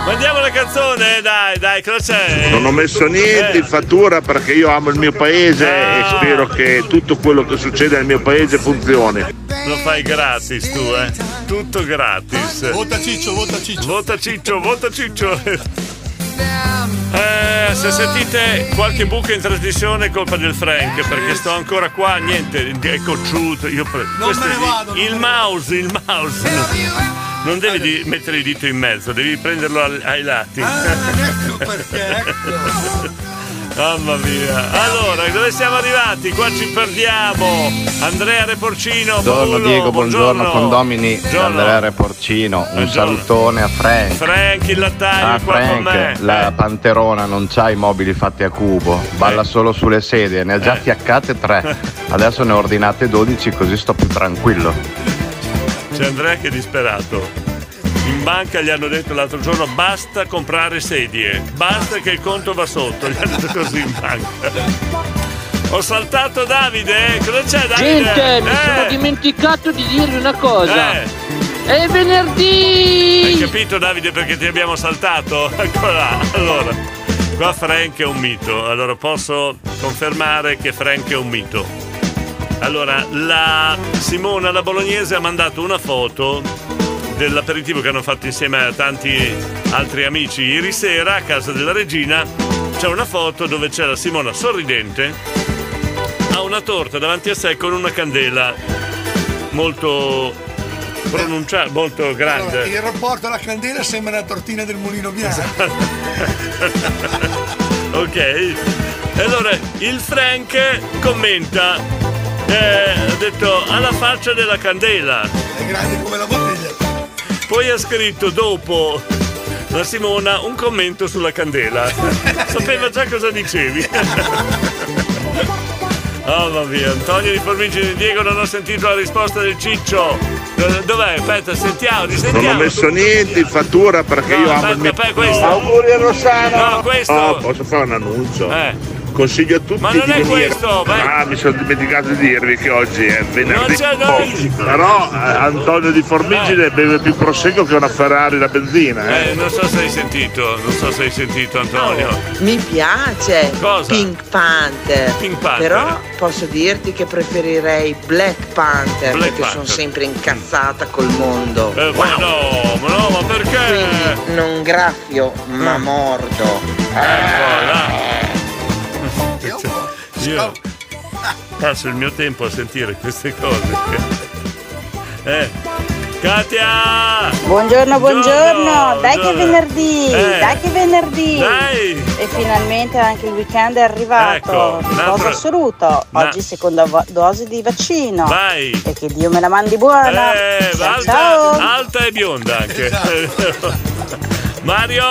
Mandiamo la canzone, dai, dai, cosa c'è? Non ho messo niente Eh. in fattura perché io amo il mio paese e spero che tutto quello che succede nel mio paese funzioni. Lo fai gratis tu, eh? Tutto gratis. Vota Ciccio, vota Ciccio. Vota Ciccio, vota Ciccio. Eh, se sentite qualche buca in trasmissione è colpa del Frank perché sto ancora qua, niente, è cocciuto. Io pre- questo è- il mouse, il mouse. Non devi di- mettere il dito in mezzo, devi prenderlo al- ai lati. ecco Mamma mia. Allora, dove siamo arrivati? Qua ci perdiamo. Andrea Reporcino. Buongiorno Paolo, Diego, buongiorno, condomini da Buongiorno. Andrea Reporcino, un salutone a Frank. Frank il lattaio Ah, qua con me. Eh, Frank, la panterona non c'ha i mobili fatti a cubo, balla solo sulle sedie, ne ha Eh. già fiaccate [LAUGHS] tre, adesso ne ho ordinate 12 così sto più tranquillo. C'è Andrea che è disperato. In banca gli hanno detto l'altro giorno basta comprare sedie, basta che il conto va sotto. Gli hanno detto così in banca. Ho saltato Davide, eh. cosa c'è Davide? Gente, mi sono Eh, dimenticato di dirvi una cosa. eh. È venerdì! Hai capito Davide perché ti abbiamo saltato? [LAUGHS] Ecco là. Allora, qua Frank è un mito. Allora posso confermare che Frank è un mito. Allora, la Simona la Bolognese ha mandato una foto dell'aperitivo che hanno fatto insieme a tanti altri amici ieri sera a casa della regina. C'è una foto dove c'è la Simona sorridente, ha una torta davanti a sé con una candela molto pronunciata, molto grande. Il rapporto alla candela sembra una tortina del mulino Esatto. bianco. [LAUGHS] ok. E Allora, il Frank commenta. eh, ha detto alla faccia della candela. È grande come la bottiglia. Poi ha scritto dopo la Simona un commento sulla [LAUGHS] candela. Sapeva già cosa [LAUGHS] dicevi. Oh mamma mia, Antonio di Formigine Diego non ho sentito la risposta del Ciccio. Do- Dov'è? Aspetta, sentiamo, Non risentiamo. ho messo niente in fattura perché io amo il mio aspetta, questo. Auguri a Rossano. No, questo. Eh. Oh, posso fare un annuncio? Consiglio a tutti Ma non di è venire. questo, vai. Ah, mi sono dimenticato di dirvi che oggi è venerdì. Non c'è Oh, Però eh, Antonio di Formigine beve più prosecco che una Ferrari da benzina, eh. Eh, non so se hai sentito, non so se hai sentito Antonio. Mi piace Pink Panther. Eh. Pink Panther. Però posso dirti che preferirei Black Panther Black perché sono Panther. sempre incazzata col mondo. Eh, ma no, ma no, ma perché? Quindi non graffio ma mordo. Eh, voilà. Io- Passo il mio tempo a sentire queste cose. Eh. Katia! Buongiorno, buongiorno. Dai che è buongiorno. venerdì, Eh. dai che è venerdì. Dai. E finalmente anche il weekend è arrivato. Ecco, un altro- Riposo assoluto. Ma- Oggi seconda vo- dosi di vaccino. Vai. E che Dio me la mandi buona. Eh, ciao, alta, ciao. alta e bionda anche. Esatto. [LAUGHS] Mario!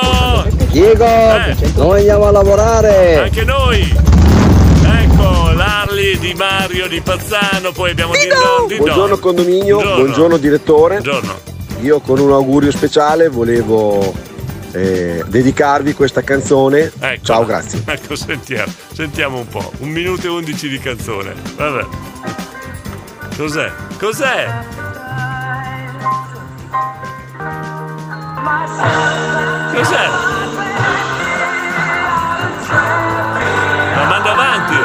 Diego, Eh. noi andiamo a lavorare. Anche noi! Ecco, l'Arli di Mario di Pazzano, poi abbiamo Dindon, Dindon. Buongiorno condominio, buongiorno, direttore. Io con un augurio speciale volevo eh, dedicarvi questa canzone. Ecco. Ciao, grazie. Ecco, sentiamo, sentiamo un po'. Un minuto e undici di canzone. Vabbè. Cos'è? Cos'è? Cos'è? Ma manda avanti!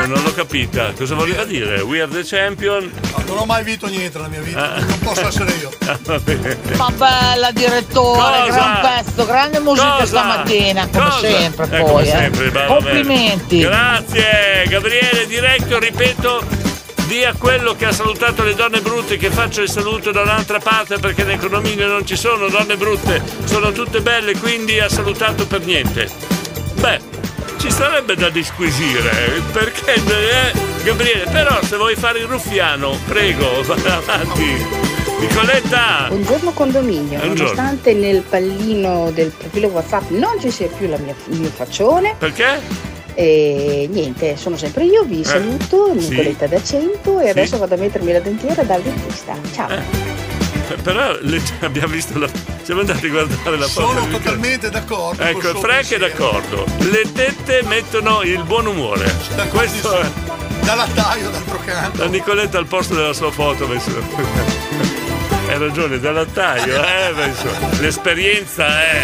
No, non l'ho capita. Cosa voleva dire? We are the champion. Non ho mai vinto niente nella mia vita, Ah. non posso essere io. [LAUGHS] Ah, va bene. Ma bella direttore, Cosa? gran pezzo, grande musica Cosa? stamattina, come Cosa? sempre Eh, poi. come eh. sempre, bravo, Complimenti. bene. Grazie, Gabriele Diretto, ripeto, di a quello che ha salutato le donne brutte che faccio il saluto da un'altra parte perché nel condominio non ci sono donne brutte, sono tutte belle, quindi ha salutato per niente. Beh, ci sarebbe da disquisire, perché eh, Gabriele, però se vuoi fare il ruffiano, prego, [LAUGHS] vai avanti. Nicoletta! Buongiorno condominio, Ah. Buongiorno. nonostante nel pallino del profilo WhatsApp non ci sia più la mia- il mio faccione, Perché? e niente, sono sempre io, vi saluto, Eh, sì. Nicoletta da 100 e Sì. adesso vado a mettermi la dentiera dal dentista. Ciao! Eh, Però le- [LAUGHS] abbiamo visto la. Siamo andati a guardare la foto. Sono totalmente d'accordo. col Ecco, suo Frank è pensiero. d'accordo. Le tette mettono il buon umore. Questo è. Dalla taglio, d'altro canto. La Nicoletta al posto della sua foto, ha messo- [LAUGHS] Hai ragione, dall'attaio, eh, ma insomma, l'esperienza è.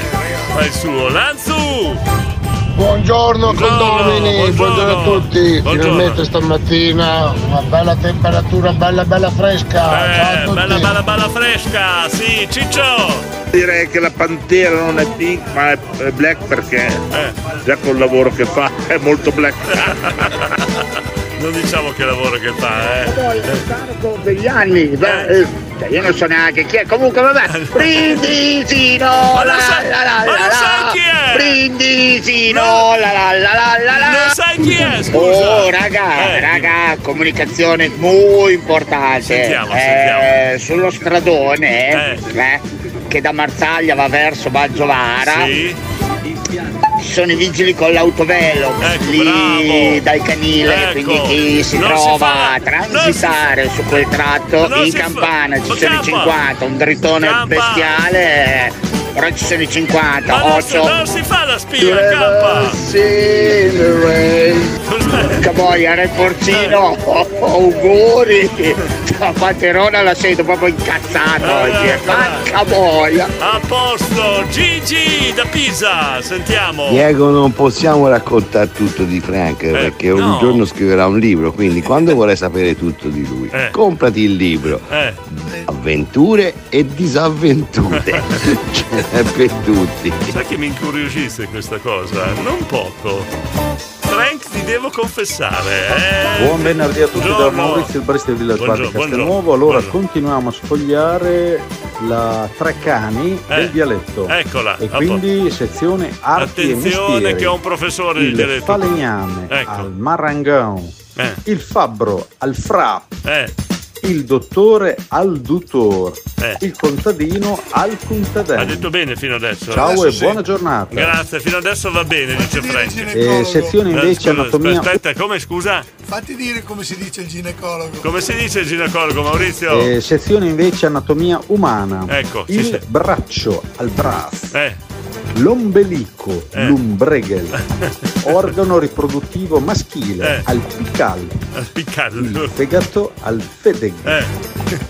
fa il suo. Lanzu! Buongiorno buongiorno. condomini, buongiorno, a tutti. Buongiorno. Finalmente stamattina una bella temperatura, bella bella fresca. Ciao a Eh, tutti. bella, bella, bella fresca! Sì, Ciccio! Direi che la pantera non è pink ma è è black perché Eh. già col lavoro che fa è molto black. Non diciamo che lavoro che fa, eh. Poi, degli anni, beh, eh, cioè, io non so neanche chi è, comunque [LAUGHS] vabbè, Brindisino, Ma la lo sai- la la ma lo la sai la, chi è? Brindisino, No. la la la la la la. Lo sai chi è, eh, scusa? Oh raga, Eh, raga, comunicazione molto importante. Sentiamo, Eh, sentiamo. Sullo stradone, eh, che da Marzaglia va verso Valgiovara. Ci sono i vigili con l'autovello lì dai canile, Ecco. quindi chi si Non si trova fa- a transitare su quel tratto Non in si fa- campana ci Ma sono i campa! 50, un drittone Campa! bestiale, eh, però ci sono i 50, Ma non, si- occhio. non si fa la spina, K! Caboia, Re Porcino, oh, oh, auguri! La paterona la sento proprio incazzata oggi. Porca boia! A posto, Gigi da Pisa, sentiamo. Diego, non possiamo raccontare tutto di Frank perché un Eh, no. giorno scriverà un libro, quindi quando vorrai sapere tutto di lui, Eh. comprati il libro Eh, Avventure e [LAUGHS] disavventure. Ce Cioè, n'è per tutti. sai che mi incuriosisse questa cosa? Non poco. Frank, ti devo confessare, eh. Buon venerdì a tutti da Buongiorno. Maurizio, il Brest e il Village Bar di Buongiorno, Castelnuovo. Allora continuiamo a sfogliare la Trecani del dialetto. Eccola. E Eh, a quindi sezione arti e Attenzione mestieri. che ho un professore di Ecco. il dialetto. falegname al marangão, Eh. il fabbro al fra, il dottore al dottor, il contadino al contadino. Eh. Ha detto bene fino adesso. Ciao Adesso e sì. buona giornata. Grazie, fino adesso va bene, dice Frank. Eh, sezione Eh, invece scusa, anatomia- Aspetta, come scusa? Fatti dire come si dice il ginecologo. Come si dice il ginecologo, Maurizio? Eh, sezione invece anatomia umana. Ecco, sì, il sì. braccio al bras, Eh. l'ombelico, [LAUGHS] l'umbregel, organo riproduttivo maschile Eh. al pical, il fegato al fedeg, Eh.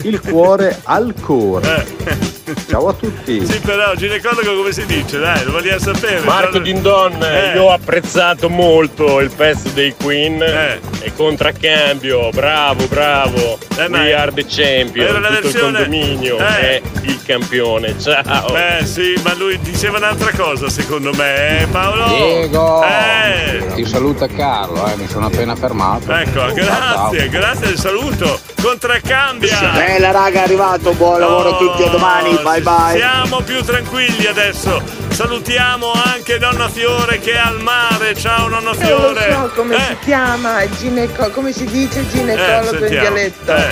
il cuore al core. Ciao a tutti. Eh. Sì, però ginecologo come si dice? Dai, lo vogliamo sapere. Marco Dindon, Eh. io ho apprezzato molto il pezzo dei Queen Eh. e contraccambio, bravo, bravo. Eh, ma- We are the champion, Era la tutto versione- il condominio Eh. è il campione, ciao. Eh sì, ma lui diceva un'altra cosa, secondo me, eh, Paolo. Diego! Eh, Ti saluta Carlo, eh, mi sono appena fermato. ecco, grazie, grazie del saluto. Contraccambia. Oh, Bella Eh, raga, è arrivato, buon lavoro a tutti, a domani, bye bye. Siamo più tranquilli adesso. Salutiamo anche Donna Fiore che è al mare. Ciao Nonna Io Eh, lo Fiore. Eh. so come si chiama, gineco- come si dice ginecologo in sentiamo. dialetto. Eh.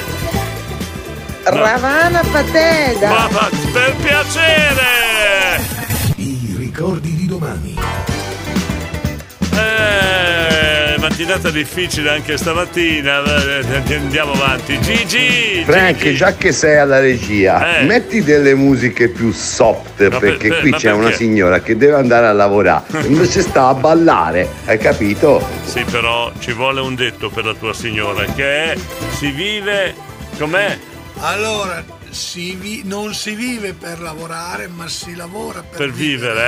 No. Ravana Pateda. Ma va- per piacere! I ricordi di domani. Eh, mattinata difficile anche stamattina. Eh, Andiamo avanti. Gigi! Frank, già che sei alla regia, metti delle musiche più soft Eh. Ma per- perché per- qui ma c'è una perché? signora che deve andare a [LAUGHS] lavorare, invece sta a ballare, hai capito? Sì, però ci vuole un detto per la tua signora che è si vive com'è? Allora, si vi- non si vive per lavorare, ma si lavora per... Per vivere,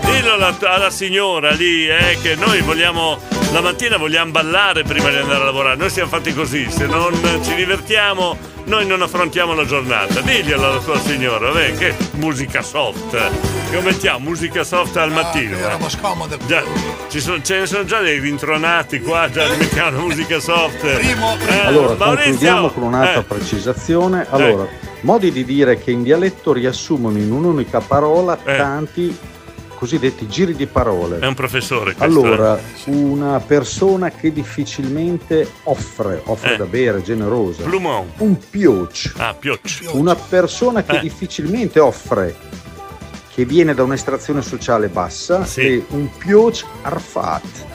eh? Dillo alla, alla signora lì, eh, che noi vogliamo la mattina vogliamo ballare prima di andare a lavorare. Noi siamo fatti così, se non ci divertiamo noi non affrontiamo la giornata. Diglielo alla tua signora, vabbè, che musica soft. Che mettiamo musica soft al mattino. eh. Già, ci sono- ce ne sono già dei rintronati qua, già di mettiamo la musica soft. Eh, Allora, Maurizio, concludiamo con un'altra eh. precisazione. Allora, modi di dire che in dialetto riassumono in un'unica parola Eh. tanti cosiddetti giri di parole. È un professore questo. Allora, eh. [LAUGHS] una persona che difficilmente offre, offre Eh. da bere, generosa. Plumon. Un pioch. Ah, Eh. pioccio. Una persona che difficilmente offre, che viene da un'estrazione sociale bassa, e un pioch arfat.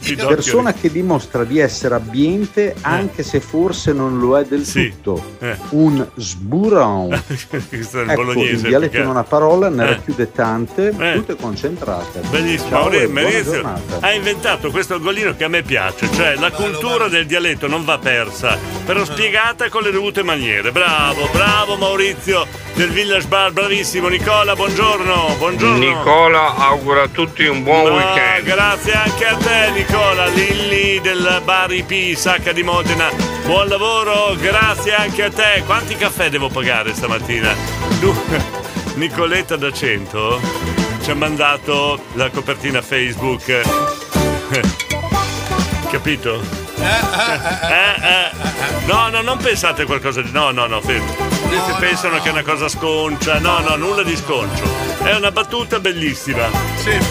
Pidocchio. persona che dimostra di essere Eh. abbiente anche se forse non lo è del tutto. Un [LAUGHS] sburon. Questo è il Ecco, Eh. bolognese. il dialetto perché- in una parola ne Eh. racchiude tante, tutte concentrate. Bellissimo, Ciao e Maurizio, buona Maurizio giornata. ha inventato questo algolino che a me piace, cioè la cultura del dialetto non va persa, però spiegata con le dovute maniere. Bravo, bravo Maurizio del Village Bar, bravissimo Nicola, buongiorno, buongiorno. Nicola augura a tutti un buon No, weekend. Grazie anche a te Nicola, Lilli del Bari IP, Sacca di Modena. Buon lavoro, grazie anche a te. Quanti caffè devo pagare stamattina? Du- [LAUGHS] Nicoletta da 100 ci ha mandato la copertina Facebook. [LAUGHS] Capito? Eh, eh. No, no, non pensate a qualcosa di. No, no, no, fermi. Questi pensano che è una cosa sconcia. No, no, nulla di sconcio. È una battuta bellissima.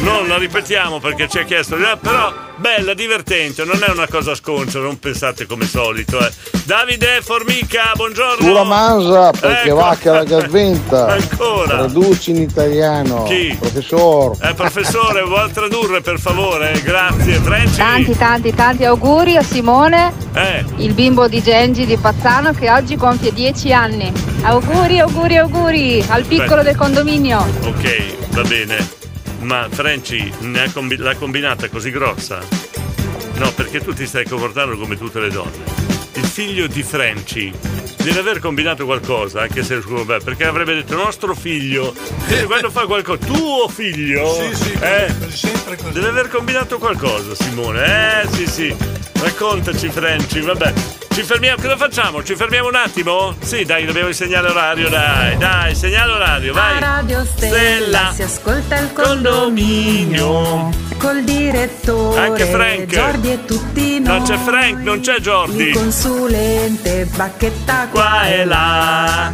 Non la ripetiamo perché ci ha chiesto. eh, Però bella, divertente, non è una cosa sconcia, non pensate come solito. eh. Davide Formica, buongiorno. Sulla mangia perché Ecco. vacca la gaventa. Ancora. Traduci in italiano. Chi? Professor. Eh, professore, vuol tradurre per favore? Grazie. Franci. Tanti, tanti, tanti auguri a Simone, Eh. il bimbo di Gengi di Pazzano che oggi compie 10 anni. Auguri, auguri, auguri al piccolo Beh. del condominio. Ok, va bene. Ma Franci ne ha combi- l'ha combinata così grossa? No, perché tu ti stai comportando come tutte le donne. Il figlio di Franci deve aver combinato qualcosa, anche se beh, perché avrebbe detto nostro figlio. [LAUGHS] Quindi Quando fa qualcosa, tuo figlio. Sì, sì, Deve aver combinato qualcosa, Simone. Eh, sì, sì. Raccontaci, Franci, vabbè. Ci fermiamo, cosa facciamo? Ci fermiamo un attimo? Sì, dai, dobbiamo il segnale orario, dai, dai, segnale orario, vai. Stella. si ascolta il condominio col direttore Anche Frank. Giordi e tutti No, noi. c'è Frank, non c'è il Jordi. consulente bacchetta Qua e là.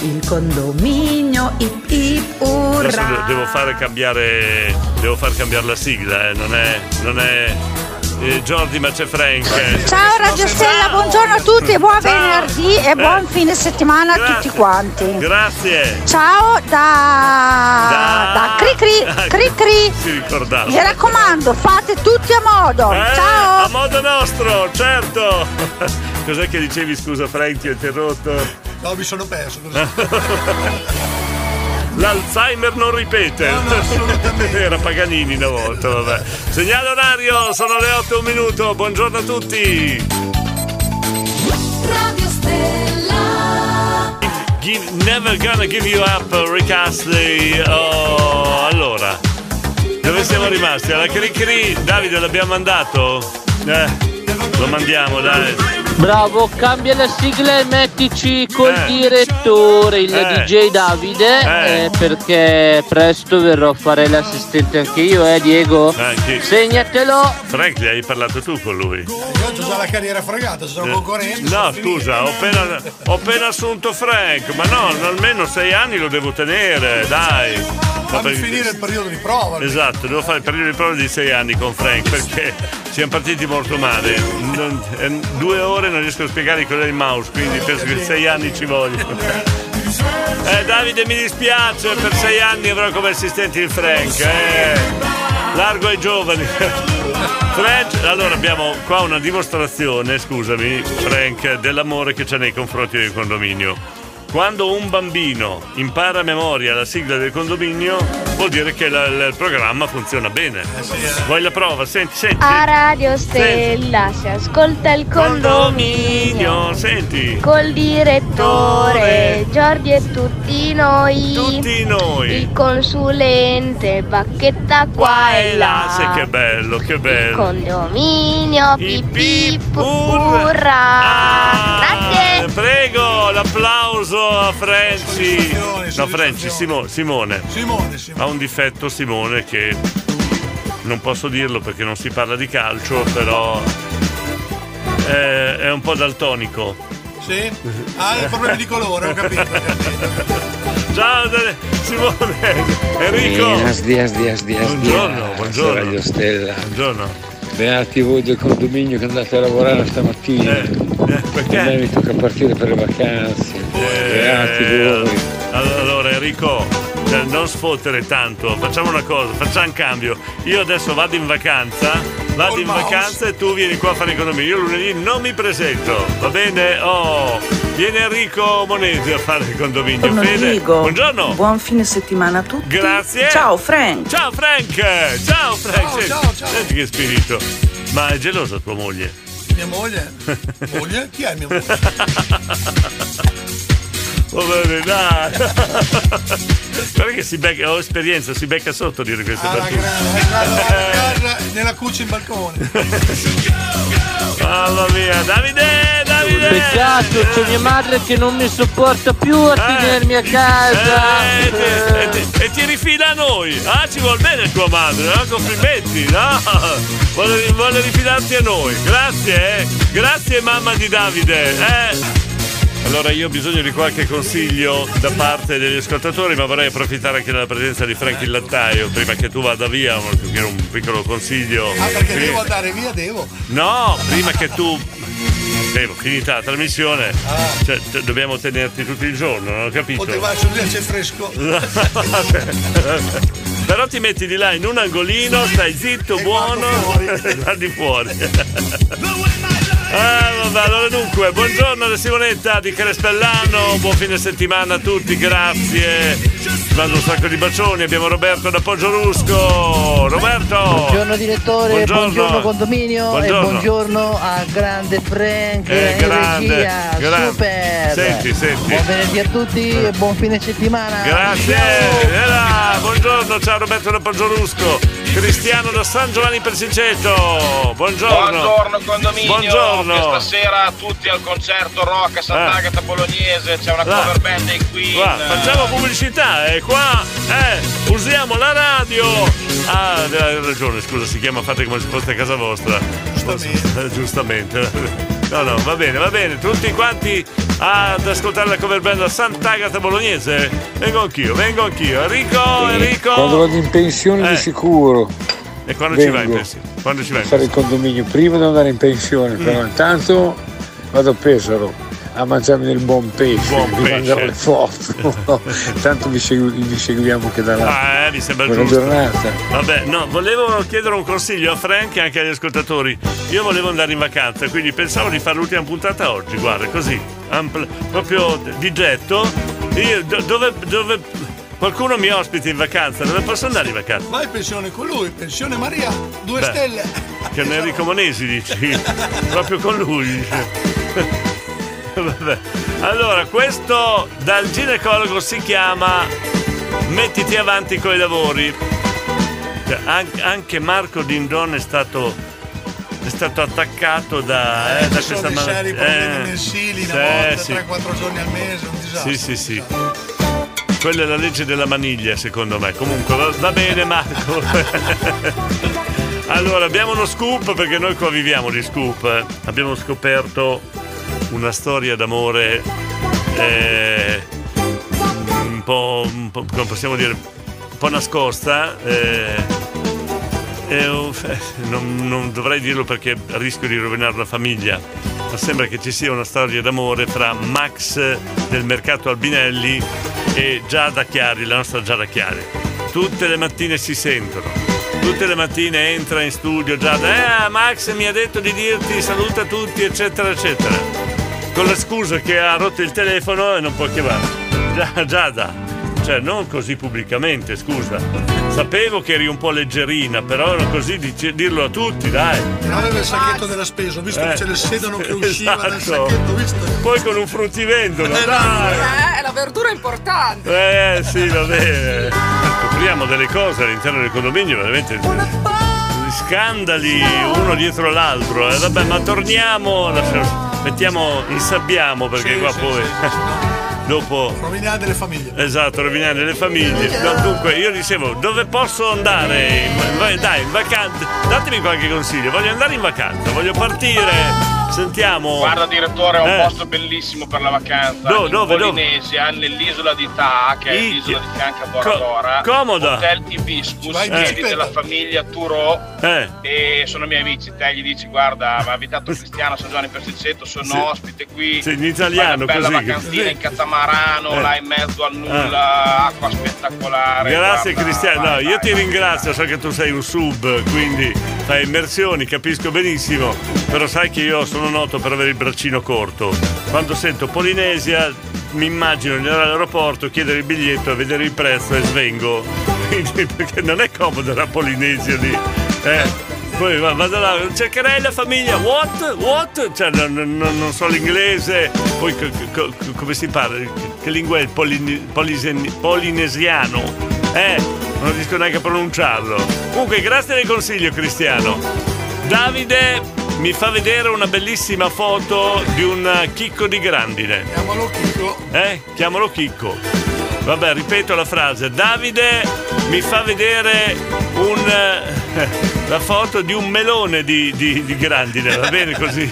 il condominio ip ip Adesso de- urra devo fare cambiare. Devo far cambiare la sigla, eh. Non è. Non è. eh, Jordi, ma c'è Frank. eh. Ciao Radio Stella, buongiorno a tutti, buon venerdì e buon Eh. fine settimana a tutti quanti. Grazie. Ciao da, da Cri Cri, Cri Cri. Si ricordava. Mi raccomando, fate tutti a modo. Eh, Ciao. A modo nostro, certo. [LAUGHS] Cos'è che dicevi, scusa, Frank? Ti ho interrotto. [LAUGHS] No, mi sono perso. L'Alzheimer non ripete. [LAUGHS] Era Paganini una volta, vabbè. Segnale orario, sono le 8 e un minuto. Buongiorno a tutti. Radio Stella. Give- never gonna give you up, Rick Astley. Oh, allora, dove siamo rimasti? Alla Cricri, Davide l'abbiamo mandato? Eh, lo mandiamo, dai. Bravo, cambia la sigla e mettici col Eh. direttore, il Eh. DJ Davide, Eh. eh, perché presto verrò a fare l'assistente anche io, eh Diego? Anche- Segnatelo! Frank, gli hai parlato tu con lui. Io ho già la carriera fregata, sono concorrente. No, scusa, ho appena, ho appena assunto Frank, ma no, almeno sei anni lo devo tenere, dai. Ma Fammi perché- finire il periodo di prova. Esatto, devo fare il periodo di prova di sei anni con Frank perché siamo partiti molto male. Non- eh, due ore non riesco a spiegare cosa è il mouse, quindi penso che sei anni ci vogliono. [LAUGHS] Eh, Davide, mi dispiace, per sei anni avrò come assistente il Frank. eh. Largo ai giovani. [LAUGHS] Frank, allora abbiamo qua una dimostrazione, scusami, Frank, dell'amore che c'è nei confronti del condominio. Quando un bambino impara a memoria la sigla del condominio, vuol dire che la- la- il programma funziona bene. Vuoi la prova? Senti, senti. A Radio Stella si ascolta il condominio. Condominio, senti. Col direttore Giorgi e tutti noi. Tutti noi. Il consulente Bacchetta qua e là. Ah, se che bello, che bello. Condominio pip pip urrà. Eh, Prego, l'applauso a Franci. No, Franci, Simo- Simone. Ha un difetto Simone che non posso dirlo perché non si parla di calcio, però eh, è un po' daltonico. Sì? [LAUGHS] Ah, i problemi di colore, ho capito. [LAUGHS] Ciao Dani- Simone, Enrico. Buenas días, días, días. Buongiorno, días. buongiorno. Radio Ah, Stella. Buongiorno. Beati voi del condominio che andate a lavorare stamattina. Eh, perché? A me mi tocca partire per le vacanze. Beati Eh, voi. all- allora Enrico, eh, non sfottere tanto, facciamo una cosa, facciamo un cambio. Io adesso vado in vacanza, vado in vacanza e tu vieni qua a fare economia. Io lunedì non mi presento, va bene? Oh, viene Enrico Monesi a fare il condominio. Buongiorno Fede, Diego. buongiorno. Buon fine settimana a tutti. Grazie. Ciao Frank. Ciao Frank! Ciao Frank! Senti- ciao, ciao. Senti che spirito. Ma è gelosa tua moglie? Mia [LAUGHS] moglie? Moglie? Chi è mia moglie? Va bene, dai. [LAUGHS] Guarda che si becca, ho esperienza, si becca sotto a dire queste battute. Casa, nella cuccia in balcone. Mamma mia, Davide, Davide! Peccato, Esatto, c'è mia madre che non mi sopporta più a tenermi a casa. E ti, e ti- e ti rifila a noi. Ah, ci vuol bene tua madre, no? Complimenti, no? [LAUGHS] Vuole, vuole rifilarti a noi. Grazie, eh. Grazie mamma di Davide, eh. Allora io ho bisogno di qualche consiglio da parte degli ascoltatori, ma vorrei approfittare anche della presenza di Frank il Lattaio, prima che tu vada via, che era un piccolo consiglio. Ah, perché Prima- devo andare via, devo. No, prima che tu. Devo, finita la trasmissione, Ah. cioè, t- dobbiamo tenerti tutto il giorno, non ho capito. O te vai sul c'è fresco. Eh? Però ti metti di là in un angolino, stai zitto, buono, [LAUGHS] e guardi fuori. Ah, vabbè, allora dunque, buongiorno da Simonetta di Crespellano, buon fine settimana a tutti, grazie. Ti Mando un sacco di bacioni, abbiamo Roberto da Poggio Rusco. Roberto! Buongiorno direttore, buongiorno, condominio Buongiorno. e buongiorno a grande Frank Eh, in grande, regia, grande. super! Senti, senti. Buon venerdì a tutti e buon fine settimana! Grazie, E là, buongiorno, ciao Roberto da Poggiorusco, Cristiano da San Giovanni Persiceto, buongiorno. Buongiorno condominio. Che Buongiorno. Eh. stasera tutti al concerto rock a Sant'Agata Bolognese c'è una Là. cover band dei Queen. Qua, facciamo pubblicità, eh, qua, eh, usiamo la radio. Ah, hai ragione, scusa, si chiama Fate come se foste a casa vostra. Eh, Giustamente. No, no, va bene, va bene, tutti quanti ad ascoltare la cover band da Sant'Agata Bolognese. Vengo anch'io, vengo anch'io. Enrico, Enrico. Quando vado in pensione di sicuro. E Eh, quando ci vengo vai in pensione? Quando ci vai a in fare il pensione? condominio prima di andare in pensione, Mm. però intanto vado a Pesaro a mangiarmi del buon pesce, Buon vi mando pesce. le [LAUGHS] foto. Tanto vi, segui- vi seguiamo che da là. Ah, eh, mi sembra Buona giusto. giornata. Vabbè, no, volevo chiedere un consiglio a Frank e anche agli ascoltatori. Io volevo andare in vacanza, quindi pensavo di fare l'ultima puntata oggi, guarda, così, ampl- proprio di getto. Io, do- dove, dove qualcuno mi ospita in vacanza, dove posso andare in vacanza? Vai in pensione con lui, pensione Maria, due Beh. stelle. Che non Enrico Monesi dici, proprio con lui. Vabbè. Allora, questo dal ginecologo si chiama Mettiti avanti coi lavori. Cioè, an- anche Marco Dindon è stato è stato attaccato da, eh, da Ci sono questa dei seri problemi eh. mensili, una Sì, volta, sì. 3-4 giorni al mese, un disastro. Sì, sì, sì. Quella è la legge della maniglia, secondo me. Comunque, va, va bene, Marco. [LAUGHS] allora, abbiamo uno scoop perché noi qua viviamo di scoop. eh. Abbiamo scoperto una storia d'amore eh, un, po', un po', come possiamo dire, un po' nascosta. eh, eh, uff, eh, non, non dovrei dirlo perché rischio di rovinare la famiglia, ma sembra che ci sia una storia d'amore fra Max del mercato Albinelli e Giada Chiari, la nostra Giada Chiari. Tutte le mattine si sentono, tutte le mattine entra in studio Giada, eh Max mi ha detto di dirti saluta tutti eccetera eccetera, con la scusa che ha rotto il telefono e non può chiamare. Gia- Giada, cioè, non così pubblicamente, scusa. Sapevo che eri un po' leggerina, però così dice- dirlo a tutti, dai. Non aveva il sacchetto della spesa, ho visto Eh, che c'è il sedano che usciva dal esatto. sacchetto, ho visto. Poi con un fruttivendolo, dai. Eh, la verdura è importante. Eh, sì, va bene. Scopriamo delle cose all'interno del condominio, veramente. Scandali uno dietro l'altro. Eh, vabbè, ma torniamo. lasciamo- Mettiamo, insabbiamo perché Sì, qua sì, poi. Dopo. Rovinare delle famiglie. Esatto, rovinare le famiglie. No, dunque, io dicevo, dove posso andare? In- vai- Dai, in vacanza. Datemi qualche consiglio. Voglio andare in vacanza, voglio partire. Sentiamo. Guarda direttore, è un Eh. posto bellissimo per la vacanza. Do- in dove, dove? Polinesia, nell'isola di Ta, che è Minchia. l'isola di fianco a Bora Bora. Co- comoda. Hotel Ibiscus, Vai in chiedi bicicletta. della famiglia Turo. Eh. E sono miei amici, te gli dici guarda, mi ha [LAUGHS] invitato Cristiano San Giovanni Persicetto, sono Sì. ospite qui. Sì, in italiano, Fai una bella così. vacanzina in catamarano, Eh. là in mezzo al nulla, acqua spettacolare. Grazie guarda, Cristiano, vai, No, io ti ringrazio, so che tu sei un sub, quindi fai immersioni, capisco benissimo, però sai che io sono noto per avere il braccino corto. Quando sento Polinesia mi immagino di andare all'aeroporto, chiedere il biglietto, vedere il prezzo e svengo. [LAUGHS] Quindi, perché non è comoda la Polinesia lì. Eh. Poi va- vado là, cercherei la famiglia, what? What? Cioè, non, non- non so l'inglese, poi co- co- co- come si parla? Che lingua è il polini- polisen- polinesiano? Eh, non riesco neanche a pronunciarlo. Comunque, grazie del consiglio, Cristiano. Davide mi fa vedere una bellissima foto di un chicco di grandine. Chiamalo Chicco. Eh? Chiamalo Chicco. Vabbè, ripeto la frase. Davide mi fa vedere un, eh, [LAUGHS] la foto di un melone di, di- di grandine, va bene così?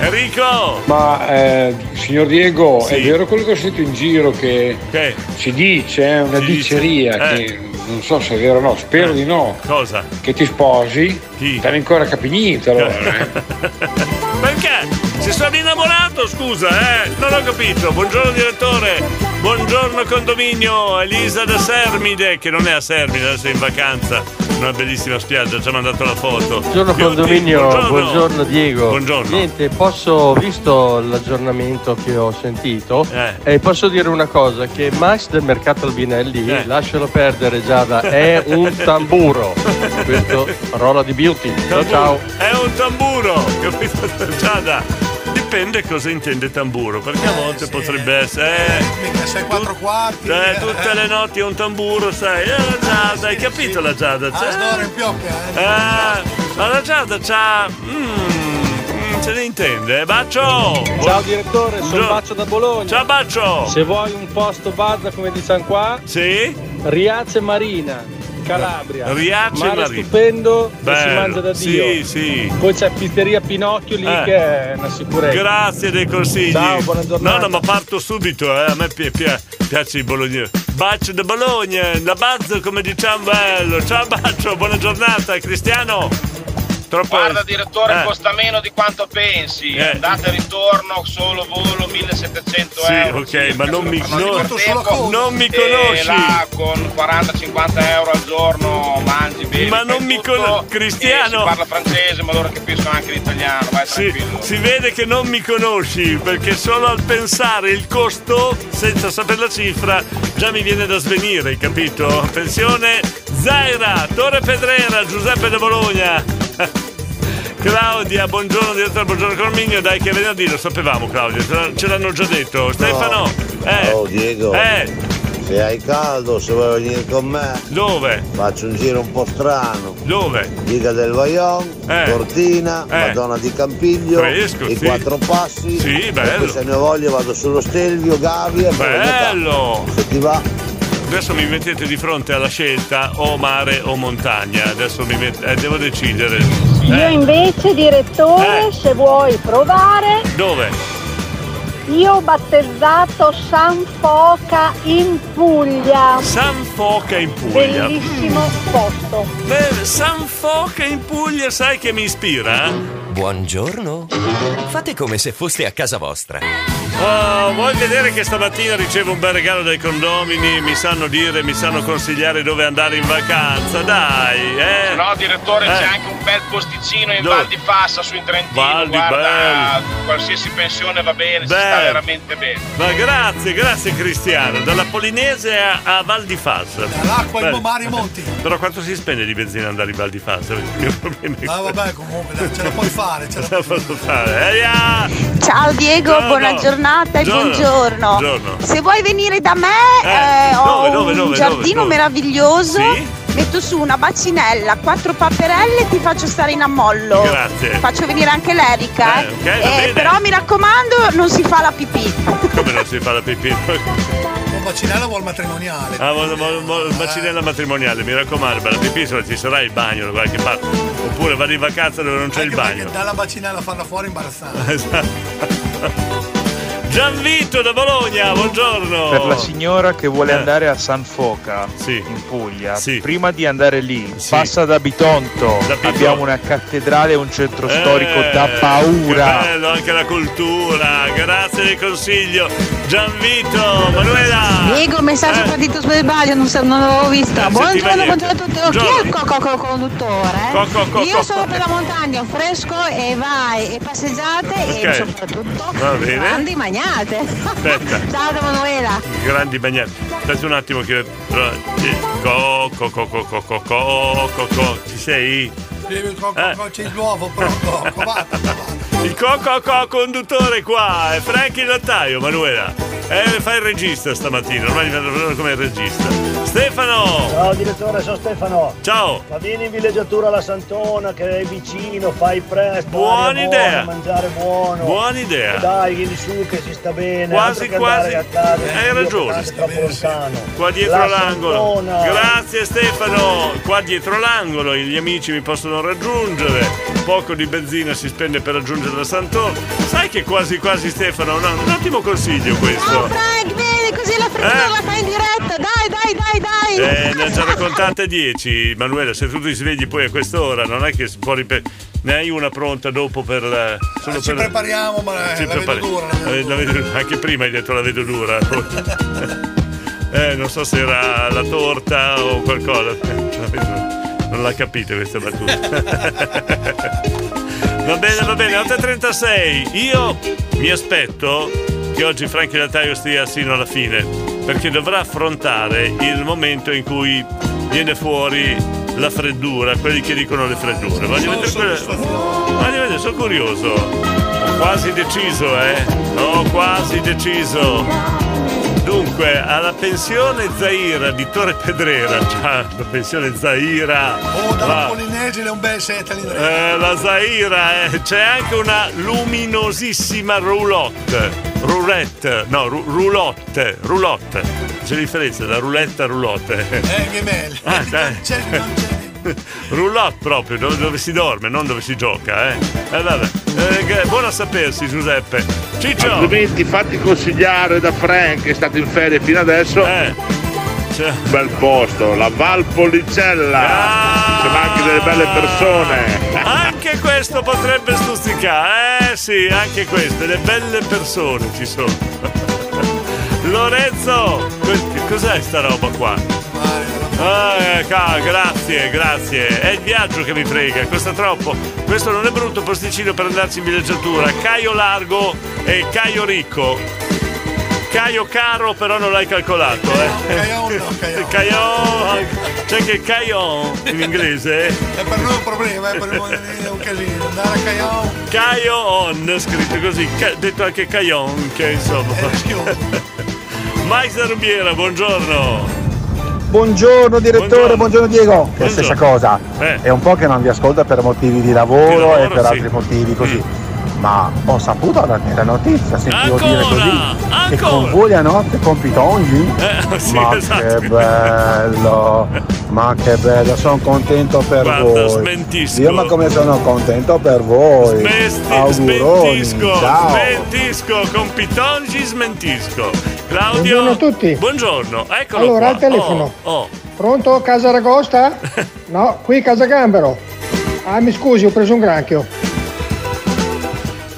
Enrico! Ma eh, signor Diego, ecco. Sì. è vero quello che ho sentito in giro che Che? si dice, è una Si dice, diceria, eh. che non so se è vero o no, spero Eh. di no, Cosa? che ti sposi, stai ancora capignito allora. eh. Perché? Si sono innamorato, scusa, eh? Non ho capito. Buongiorno direttore, buongiorno condominio, Elisa da Sermide, che non è a Sermide, adesso è in vacanza. Una bellissima spiaggia, ci ha mandato la foto. Buongiorno Chiudi, condominio, buongiorno, Diego. Buongiorno. Niente, posso, visto l'aggiornamento che ho sentito, eh, posso dire una cosa, che Max del mercato Albinelli, Eh. lascialo perdere Giada, è un tamburo. Eh, Questo rola di beauty. Ciao ciao. È un tamburo, capito? Giada. Dipende cosa intende tamburo, perché a volte potrebbe essere. eh, Mica sei quattro quarti. eh, tutte le notti è un tamburo, sai. Eh, la Giada, hai capito la Giada? Ah, Cioè, sdoro in pioppa, eh. Eh, ma la Giada c'ha. Mm, mm, se ne intende, eh. Baccio! Ciao direttore, sono Buongiorno. Baccio da Bologna. Ciao Baccio! Se vuoi un posto bazza come diciamo qua, sì? Riace Marina, Calabria. Riace Mare Marina. stupendo, che si Bello. mangia da Sì, Dio. sì. Poi c'è Pizzeria Pinocchio lì Eh. che è una sicurezza. Grazie dei consigli. Ciao, buona giornata. No, no, ma parto subito, eh. A me pi- pi- piace il Bologna. Bacio da Bologna, da Bazzo come diciamo bello. Ciao Bacio, buona giornata, Cristiano. Troppo Guarda direttore, Eh. costa meno di quanto pensi. Eh. Andate e ritorno, solo volo 1700 Sì, euro. ok, ma non mi, Sono non, per tempo, non mi e conosci. là con 40-50 euro al giorno mangi bene. Ma non mi conosci, Si Cristiano. Eh. parla francese, ma loro capiscono anche l'italiano. Vai Si, tranquillo. si vede che non mi conosci perché solo al pensare il costo senza sapere la cifra già mi viene da svenire, hai capito? Pensione Zaira, Torre Pedrera, Giuseppe da Bologna. [LAUGHS] Claudia, buongiorno direttore, buongiorno Corminio, dai che è venerdì, lo sapevamo Claudia, ce l'hanno già detto. Stefano, eh, Oh Diego, eh, Se hai caldo, se vuoi venire con me. Dove? Faccio un giro un po' strano. Dove? Eh. Diga del Vaion, Cortina, Madonna di Campiglio, Fresco, i sì. quattro passi. Sì, E bello. poi se ne ho voglia vado sullo Stelvio, Gavia, e poi Bello! Se ti va. Adesso mi mettete di fronte alla scelta o mare o montagna. Adesso mi met- eh, devo decidere. Io invece, Eh. direttore, se vuoi provare, Dove? io ho battezzato San Foca in Puglia. San Foca in Puglia. Bellissimo posto. Beh, San Foca in Puglia, sai che mi ispira? eh? Buongiorno. Fate come se foste a casa vostra. Oh, vuoi vedere che stamattina ricevo un bel regalo dai condomini? Mi sanno dire, mi sanno consigliare dove andare in vacanza. Dai, eh. Se no, direttore, c'è Eh. anche un bel posticino in Dove? Val di Fassa, su in Trentino. Val di guarda, qualsiasi pensione va bene, si sta Bello. veramente bene. Ma grazie, grazie Cristiano. Dalla Polinese a, a Val di Fassa. Dall'acqua in Bello. mare e monti. Però quanto si spende di benzina andare in Val di Fassa? Il mio problema è Ma quello. Ah, vabbè, comunque, dai, ce [LAUGHS] la puoi fare. Ce la... Cosa posso fare? ah, Eia! Ciao Diego, Ciao, buona no. giornata e Buongiorno. buongiorno. Buongiorno. Se vuoi venire da me, Eh, eh, ho dove, dove, un dove, dove, giardino dove? meraviglioso. Sì? Metto su una bacinella, quattro paperelle e ti faccio stare in ammollo. Grazie. Faccio venire anche l'Erica. Eh, ok, va bene. però mi raccomando, non si fa la pipì. Come non si fa la pipì? Un bacinello vuol matrimoniale. Ah, mo- mo- mo- bacinella matrimoniale, mi raccomando, per la pipì se ci sarà il bagno da qualche parte. Oppure vado in vacanza dove non c'è il bagno. [LAUGHS] Dalla bacinella farla fuori imbarazzante. Gianvito da Bologna, buongiorno. Per la signora che Eh. vuole andare a San Foca in Puglia, prima di andare lì, passa da Bitonto. Abbiamo una cattedrale e un centro storico Eh, da paura. Che bello, anche la cultura. Grazie del consiglio. Gianvito, Manuela. Diego, messaggio partito per sbaglio, non, so- non l'avevo visto. Ah. Eh, buongiorno, sentiva buongiorno a tutti. Oh, Chi è il co- co- co- conduttore? Co- co- co- Io co- sono per la montagna, fresco e vai, e passeggiate Ok. e soprattutto Va bene. grandi magnate. Aspetta. Ciao Eh, da Manuela. Grandi bagnati. Aspetta un attimo che. eh, Co, co, co, co, co, co, co, co, co. Ci sei? Devi- co- Eh. co- co- C'è il nuovo pronto. ecco, Il co, co, co conduttore qua è Franchi il Lattaio, Manuela. Eh, fa il regista stamattina, ormai mi fanno prendere come il regista. Stefano! Ciao direttore, sono Stefano. Ciao! Ma vieni in villeggiatura alla Santona che è vicino, fai presto. Buona aria idea. Buona, mangiare buono. Buona idea. Dai, vieni su che si sta bene. Quasi, altro che quasi. Eh, andare a casa, Hai Dio, ragione. tanto è troppo lontano. Qua dietro La l'angolo. Santona. Grazie Stefano. Qua dietro l'angolo gli amici mi possono raggiungere. Poco di benzina si spende per raggiungere la Santoro. Sai che quasi quasi Stefano, no, un ottimo consiglio questo. Frank, vedi così la frittura la fai in diretta. Dai, dai, dai, dai. Eh, ne ha già raccontate 10, Manuela, se tu ti svegli poi a quest'ora, non è che si può ripetere. Ne hai una pronta dopo per la. solo Ci per- prepariamo, ma eh, Ci la prepari- vedo dura. Eh, la vedo- Anche prima hai detto la vedo [LAUGHS] dura. eh, non so se era la torta o qualcosa. [LAUGHS] La vedo- Non l'ha capito questa battuta. [LAUGHS] va bene, va bene, 8.36. Io mi aspetto che oggi Franchi Lattaio stia sino alla fine, perché dovrà affrontare il momento in cui viene fuori la freddura, quelli che dicono le freddure. Voglio vedere quella- voglio vedere, sono curioso. Ho quasi deciso, eh? Ho quasi deciso. Dunque, alla pensione Zaira di Torre Pedrera, [LAUGHS] cioè, la pensione Zaira. Oh, dalla la, Polinesile un bel set lì. eh, la Zaira, eh, c'è anche una luminosissima roulotte. Roulette, no, ru- roulotte, roulotte. C'è differenza da roulette a roulotte. Eh, che bello. Ah, dai. [LAUGHS] Roulotte proprio, dove, dove si dorme, non dove si gioca, eh. Eh, vabbè. Eh, che- buono a sapersi, Giuseppe. Ciccio! Altrimenti fatti consigliare da Frank che è stato in ferie fino adesso. Eh, Bel posto, la Valpolicella. Ah. Ci sono anche delle belle persone. Anche questo potrebbe stuzzicare, eh sì, anche questo, le belle persone ci sono. [LAUGHS] Lorenzo, que- che cos'è sta roba qua? Eh, ca- grazie, grazie. È il viaggio che mi frega, costa troppo. Questo non è brutto posticino per andarci in villeggiatura. Caio Largo e Caio Ricco. Caio Caro però non l'hai calcolato, eh. [LAUGHS] Caio, c'è che Caio in inglese. eh. È per noi un problema, è per noi un casino. Andare a Caio. Caio on, scritto così, ca- detto anche Caio, che insomma. [LAUGHS] Max da Rubiera, buongiorno. Buongiorno direttore, buongiorno, Diego. È la stessa cosa, Eh. è un po' che non vi ascolto per motivi di lavoro, Di lavoro, e per sì. Mm. altri motivi così. Ma ho saputo la, la notizia, sentivo dire così. Che con voi la notte compito oggi? [LAUGHS] sì, ma esatto. che bello, ma che bello, sono contento per voi. smentisco. Io ma come sono contento per voi. Auguroni, Smentisco, ciao. smentisco, con Pitongi smentisco. Claudio. Buongiorno a tutti. Buongiorno, eccolo Allora, qua. al telefono. Oh, oh. Pronto Casa [LAUGHS] Ragosta? No, qui Casa Gambero. Ah, mi scusi, ho preso un granchio.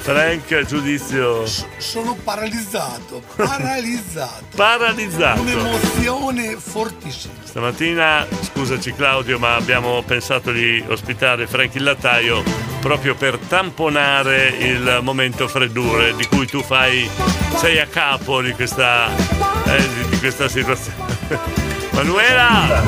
Frank, giudizio. Sono paralizzato, paralizzato. Paralizzato. Un'emozione fortissima. Stamattina, scusaci Claudio, ma abbiamo pensato di ospitare Frank il lattaio proprio per tamponare il momento freddure di cui tu fai, sei a capo di questa, eh, di- di questa situazione. [LAUGHS] Manuela!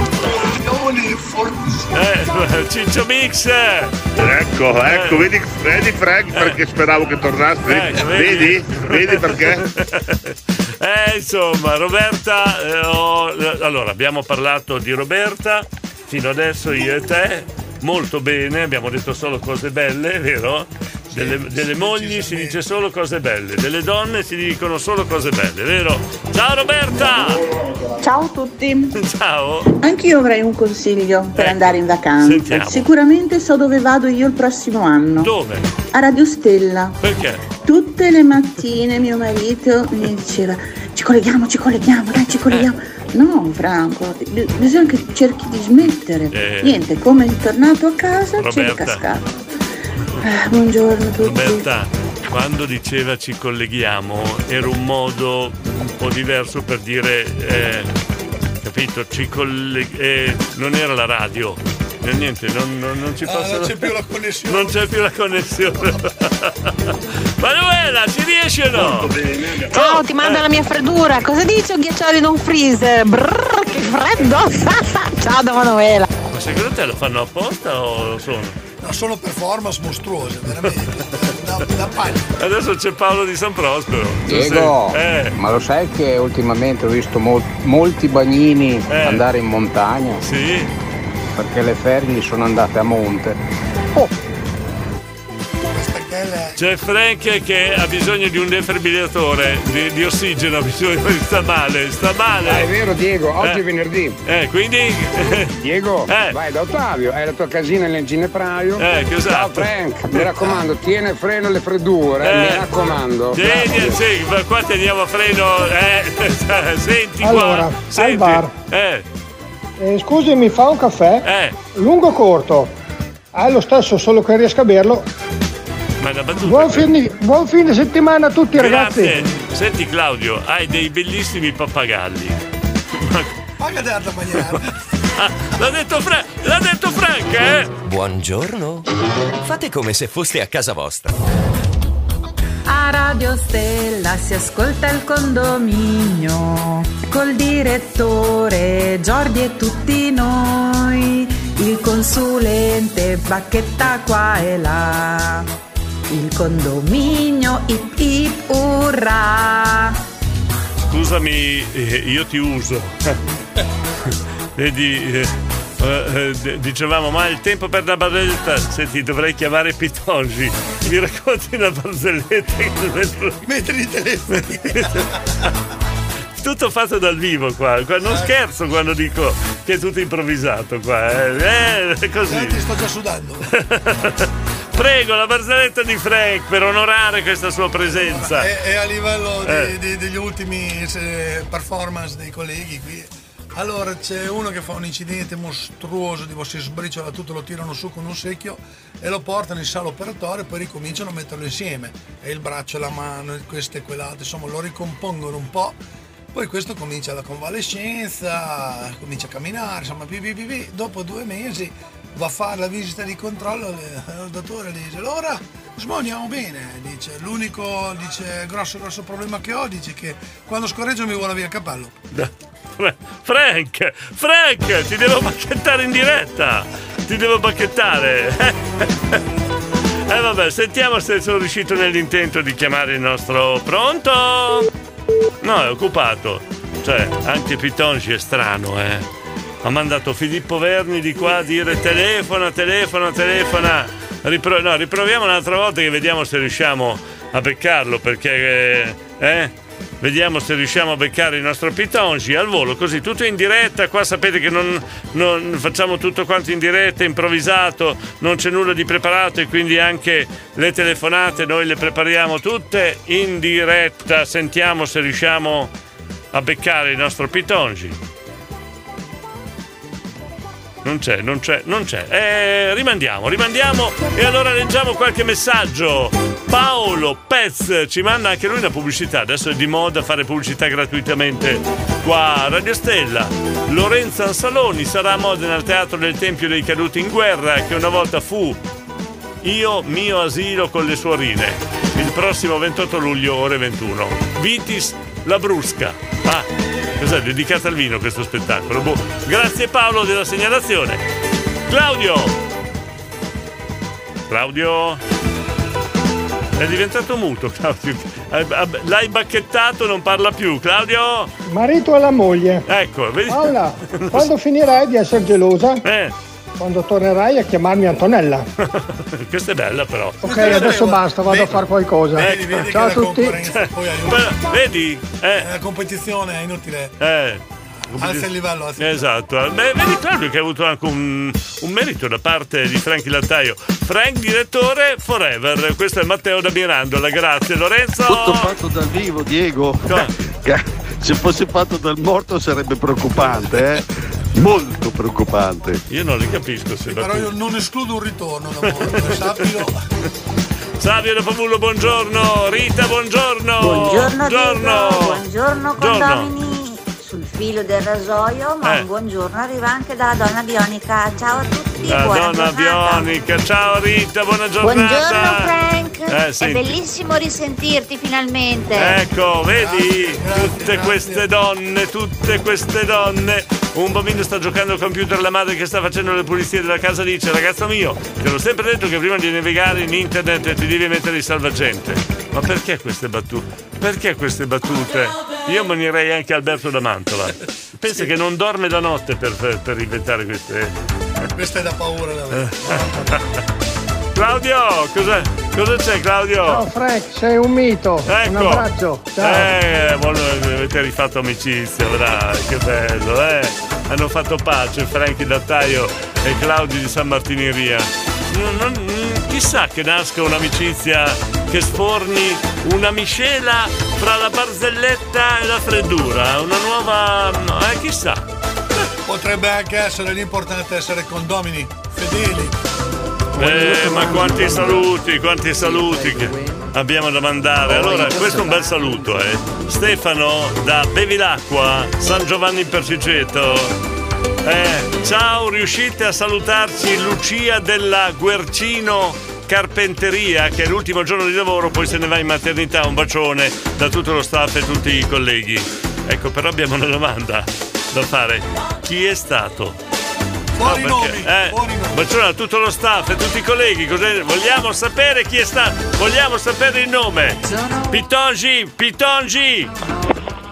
Un'emozione fortissima. Eh, [LAUGHS] Ciccio Mix! Eh. Ecco, ecco, vedi, vedi Frank perché speravo che tornassi. Ecco, vedi? vedi? Vedi perché? [LAUGHS] Eh, insomma, Roberta, eh, ho- eh, allora abbiamo parlato di Roberta fino adesso io e te, molto bene, abbiamo detto solo cose belle, vero? Delle, delle mogli si dice solo cose belle, delle donne si dicono solo cose belle, vero? Ciao Roberta! Ciao a tutti. Ciao. Anch'io avrei un consiglio per andare in vacanza. Ecco. sentiamo. Sicuramente so dove vado io il prossimo anno. Dove? A Radio Stella. Perché? Tutte le mattine mio marito mi diceva ci colleghiamo, ci colleghiamo, dai ci colleghiamo. Eh. No Franco, bi- bisogna che cerchi di smettere. Eh. Niente, come tornato a casa c'è Roberta. ricascato. Ah, buongiorno a tutti. Roberta, quando diceva ci colleghiamo era un modo un po' diverso per dire, eh, capito, ci colleghiamo, non era la radio, Eh, niente, non, non- non ci Ah, posso... non c'è più la connessione. Non c'è più la connessione. [LAUGHS] Manuela, ci riesci o no? Ciao, ti manda la mia freddura. Cosa dice un ghiacciolo in un freezer? Brrr, che freddo! [LAUGHS] Ciao da Manuela. Ma secondo te lo fanno apposta o lo sono? No, sono performance mostruose, veramente. Da, da panico. Adesso c'è Paolo di San Prospero. Tu Diego, sei- Eh, ma lo sai che ultimamente ho visto mol- molti bagnini Eh. andare in montagna? Sì. Perché le ferie gli sono andate a monte. C'è Frank che ha bisogno di un defibrilatore, di, di ossigeno, [LAUGHS] ha bisogno, sta male, sta [LAUGHS] male. Ah, è vero Diego, oggi Eh. è venerdì. Eh, [LAUGHS] quindi. Diego, vai da Ottavio, hai la tua casina nell'inginepraio. Eh, che usato. Ciao [LAUGHS] Frank, mi raccomando, tiene freno le freddure, Eh. mi raccomando. Tieni, sì, ma qua teniamo a freno. Eh, [LAUGHS] senti qua. Allora, al senti. bar. Eh, Eh, scusi, mi fa un caffè? Eh. Lungo o corto? Ah, è lo stesso, solo che riesco a berlo. ma è una battuta. Buon fine, buon fine settimana a tutti, Grazie. ragazzi. Senti Claudio, hai dei bellissimi pappagalli. Ma- Paga da da mangiare. [LAUGHS] ah, l'ha detto Frank, l'ha detto Frank, eh? Buongiorno. Fate come se foste a casa vostra. A Radio Stella si ascolta il condominio col direttore Giordi e tutti noi, il consulente Bacchetta qua e là, il condominio ip ip urrà. Scusami, eh, io ti uso. [LAUGHS] Vedi, eh, eh, eh, dicevamo, ma il tempo per la barzelletta. Senti, dovrei chiamare Pitongi. Mi racconti una barzelletta che [LAUGHS] non Metri di telefono. [LAUGHS] Tutto fatto dal vivo qua, Qua- Eh. non scherzo quando dico che è tutto improvvisato qua, eh, Eh, è così. Ti sto già sudando. Prego, la barzelletta di Frank per onorare questa sua presenza. È, è Eh, a livello di- Eh. di- degli ultimi se- performance dei colleghi qui. Allora c'è uno che fa un incidente mostruoso, tipo si sbriciola tutto, lo tirano su con un secchio e lo portano in sala operatoria e poi ricominciano a metterlo insieme. E il braccio, la mano, e questo e quell'altro, insomma lo ricompongono un po'. Poi questo comincia la convalescenza, comincia a camminare, insomma, pi, pi, pi, pi. dopo due mesi va a fare la visita di controllo, le- il dottore gli dice allora smoniamo bene, dice l'unico dice, grosso grosso problema che ho dice che quando scorreggio mi vola via il cappello. Frank, Frank, ti devo bacchettare in diretta. Ti devo bacchettare. [LAUGHS] Eh vabbè, sentiamo se sono riuscito nell'intento di chiamare il nostro... Pronto? No, è occupato. Cioè, anche Pitonci è strano, eh. Ha mandato Filippo Verni di qua a dire telefona, telefona, telefona. Ripro- no, riproviamo un'altra volta che vediamo se riusciamo a beccarlo perché... eh, eh? Vediamo se riusciamo a beccare il nostro Pitonci al volo, così tutto in diretta. Qua sapete che non, non facciamo tutto quanto in diretta, improvvisato, non c'è nulla di preparato e quindi anche le telefonate noi le prepariamo tutte in diretta. Sentiamo se riusciamo a beccare il nostro Pitonci. Non c'è, non c'è, non c'è. Eh, rimandiamo, rimandiamo e allora leggiamo qualche messaggio. Paolo Pez ci manda anche lui una pubblicità. Adesso è di moda fare pubblicità gratuitamente qua a Radio Stella. Lorenzo Ansaloni sarà a Modena al Teatro del Tempio dei Caduti in Guerra, che una volta fu Io mio asilo con le suorine. Il prossimo 28 luglio, ore 21. Vitis la Brusca. Ah, cos'è? Dedicato al vino questo spettacolo. Boh. Grazie Paolo della segnalazione. Claudio! Claudio? È diventato muto [LAUGHS] Claudio. Eh, eh, L'hai bacchettato, non parla più. Claudio? Marito alla moglie. Ecco, vedi? [LAUGHS] Eh, Paola, quando finirai di essere gelosa, quando tornerai a chiamarmi [LAUGHS] Antonella. Questa è bella però. Ok, adesso basta, vado a fare qualcosa. Vedi, vedi Ciao a che la tutti. concorrenza poi aiuta. Cioè, Vedi? La competizione è inutile. Eh. Alza il livello, alza il Esatto. Beh, vedi Claudio che ha avuto anche un, un merito da parte di Franchi Lattaio. Frank direttore forever. Questo è Matteo da Mirandola. Grazie Lorenzo. Tutto fatto dal vivo, Diego. Se fosse fatto dal morto sarebbe preoccupante, eh? Molto preoccupante. Io non li capisco se Però io non escludo un ritorno da voi, sappilo. Savio da Pavullo, buongiorno. Rita, buongiorno. Buongiorno, Buongiorno. Diego. buongiorno Giorno. condomini sul filo del rasoio, ma Eh. un buongiorno arriva anche dalla donna bionica. Ciao a tutti, La buona donna bionica. Ciao Rita, buona giornata. Buongiorno Frank, Eh, è senti. bellissimo risentirti finalmente. Ecco, vedi? tutte queste donne, tutte queste donne. Un bambino sta giocando al computer, la madre che sta facendo le pulizie della casa dice: Ragazzo mio, te l'ho sempre detto che prima di navigare in internet ti devi mettere il salvagente. Ma perché queste battute? Perché queste battute? Io manierei anche Alberto da Mantova. Pensa che non dorme la notte per, per- per inventare queste. Questa è da paura da me. [LAUGHS] Claudio, cosa, cosa c'è Claudio? Ciao Frank, sei un mito. Un Ecco. abbraccio. Ciao. Eh, vol- avete rifatto amicizia, dai, che bello, eh. Hanno fatto pace Franchi Dattaio e Claudio di San Martiniria. Non- non- mm, chissà che nasca un'amicizia che sforni una miscela fra la barzelletta e la freddura, una nuova... no, eh, chissà. Potrebbe anche essere l'importante essere condomini fedeli. Eh, ma quanti saluti, quanti saluti che abbiamo da mandare. Allora, questo è un bel saluto, eh. Stefano da Bevilacqua, San Giovanni in Persiceto. Eh, ciao, riuscite a salutarci Lucia della Guercino Carpenteria, che è l'ultimo giorno di lavoro, poi se ne va in maternità. Un bacione da tutto lo staff e tutti i colleghi. Ecco, però abbiamo una domanda da fare. Chi è stato? Fuori No, perché- eh, Bacione a tutto lo staff e tutti i colleghi. cos'è- Vogliamo sapere chi è stato. Vogliamo sapere il nome. Pitongi, Pitongi,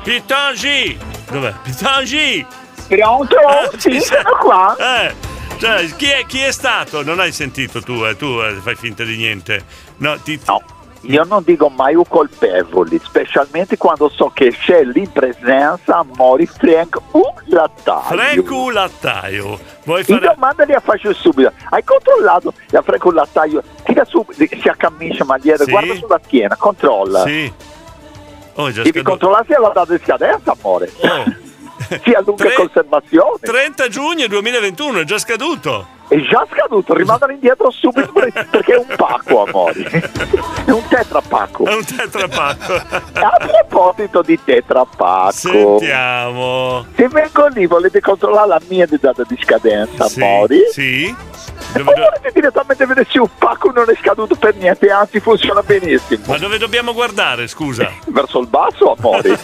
Pitongi. Dov'è? Pitongi. Pronto? sì, sono qua. Eh, cioè, chi, è, chi è stato? Non hai sentito tu, eh, tu eh, fai finta di niente. No, ti, Io non dico mai un colpevoli, specialmente quando so che c'è lì in presenza Mori Frank un lattaio. Franco Lattaio. Vuoi fare... Io domanda li faccio subito. Hai controllato la Franco Lattaio? Tira su, si accammicia magliera, Sì. guarda sulla schiena, controlla. Sì. Oh, è già Devi scaduto. controllare se è la data di scadenza, amore. si allunga conservazione. 30 giugno 2021, è già scaduto. Esatto. È già scaduto, rimandalo indietro subito per- perché è un pacco, amore. È un tetrapacco. È un tetrapacco. [LAUGHS] A proposito di tetrapacco. Sentiamo. Se vengo lì volete controllare la mia data di scadenza, Sì, amore? Sì. E poi volete direttamente vedere se un pacco non è scaduto per niente, anzi funziona benissimo. Ma dove dobbiamo guardare, scusa? [LAUGHS] Verso il basso, [LAUGHS] amore.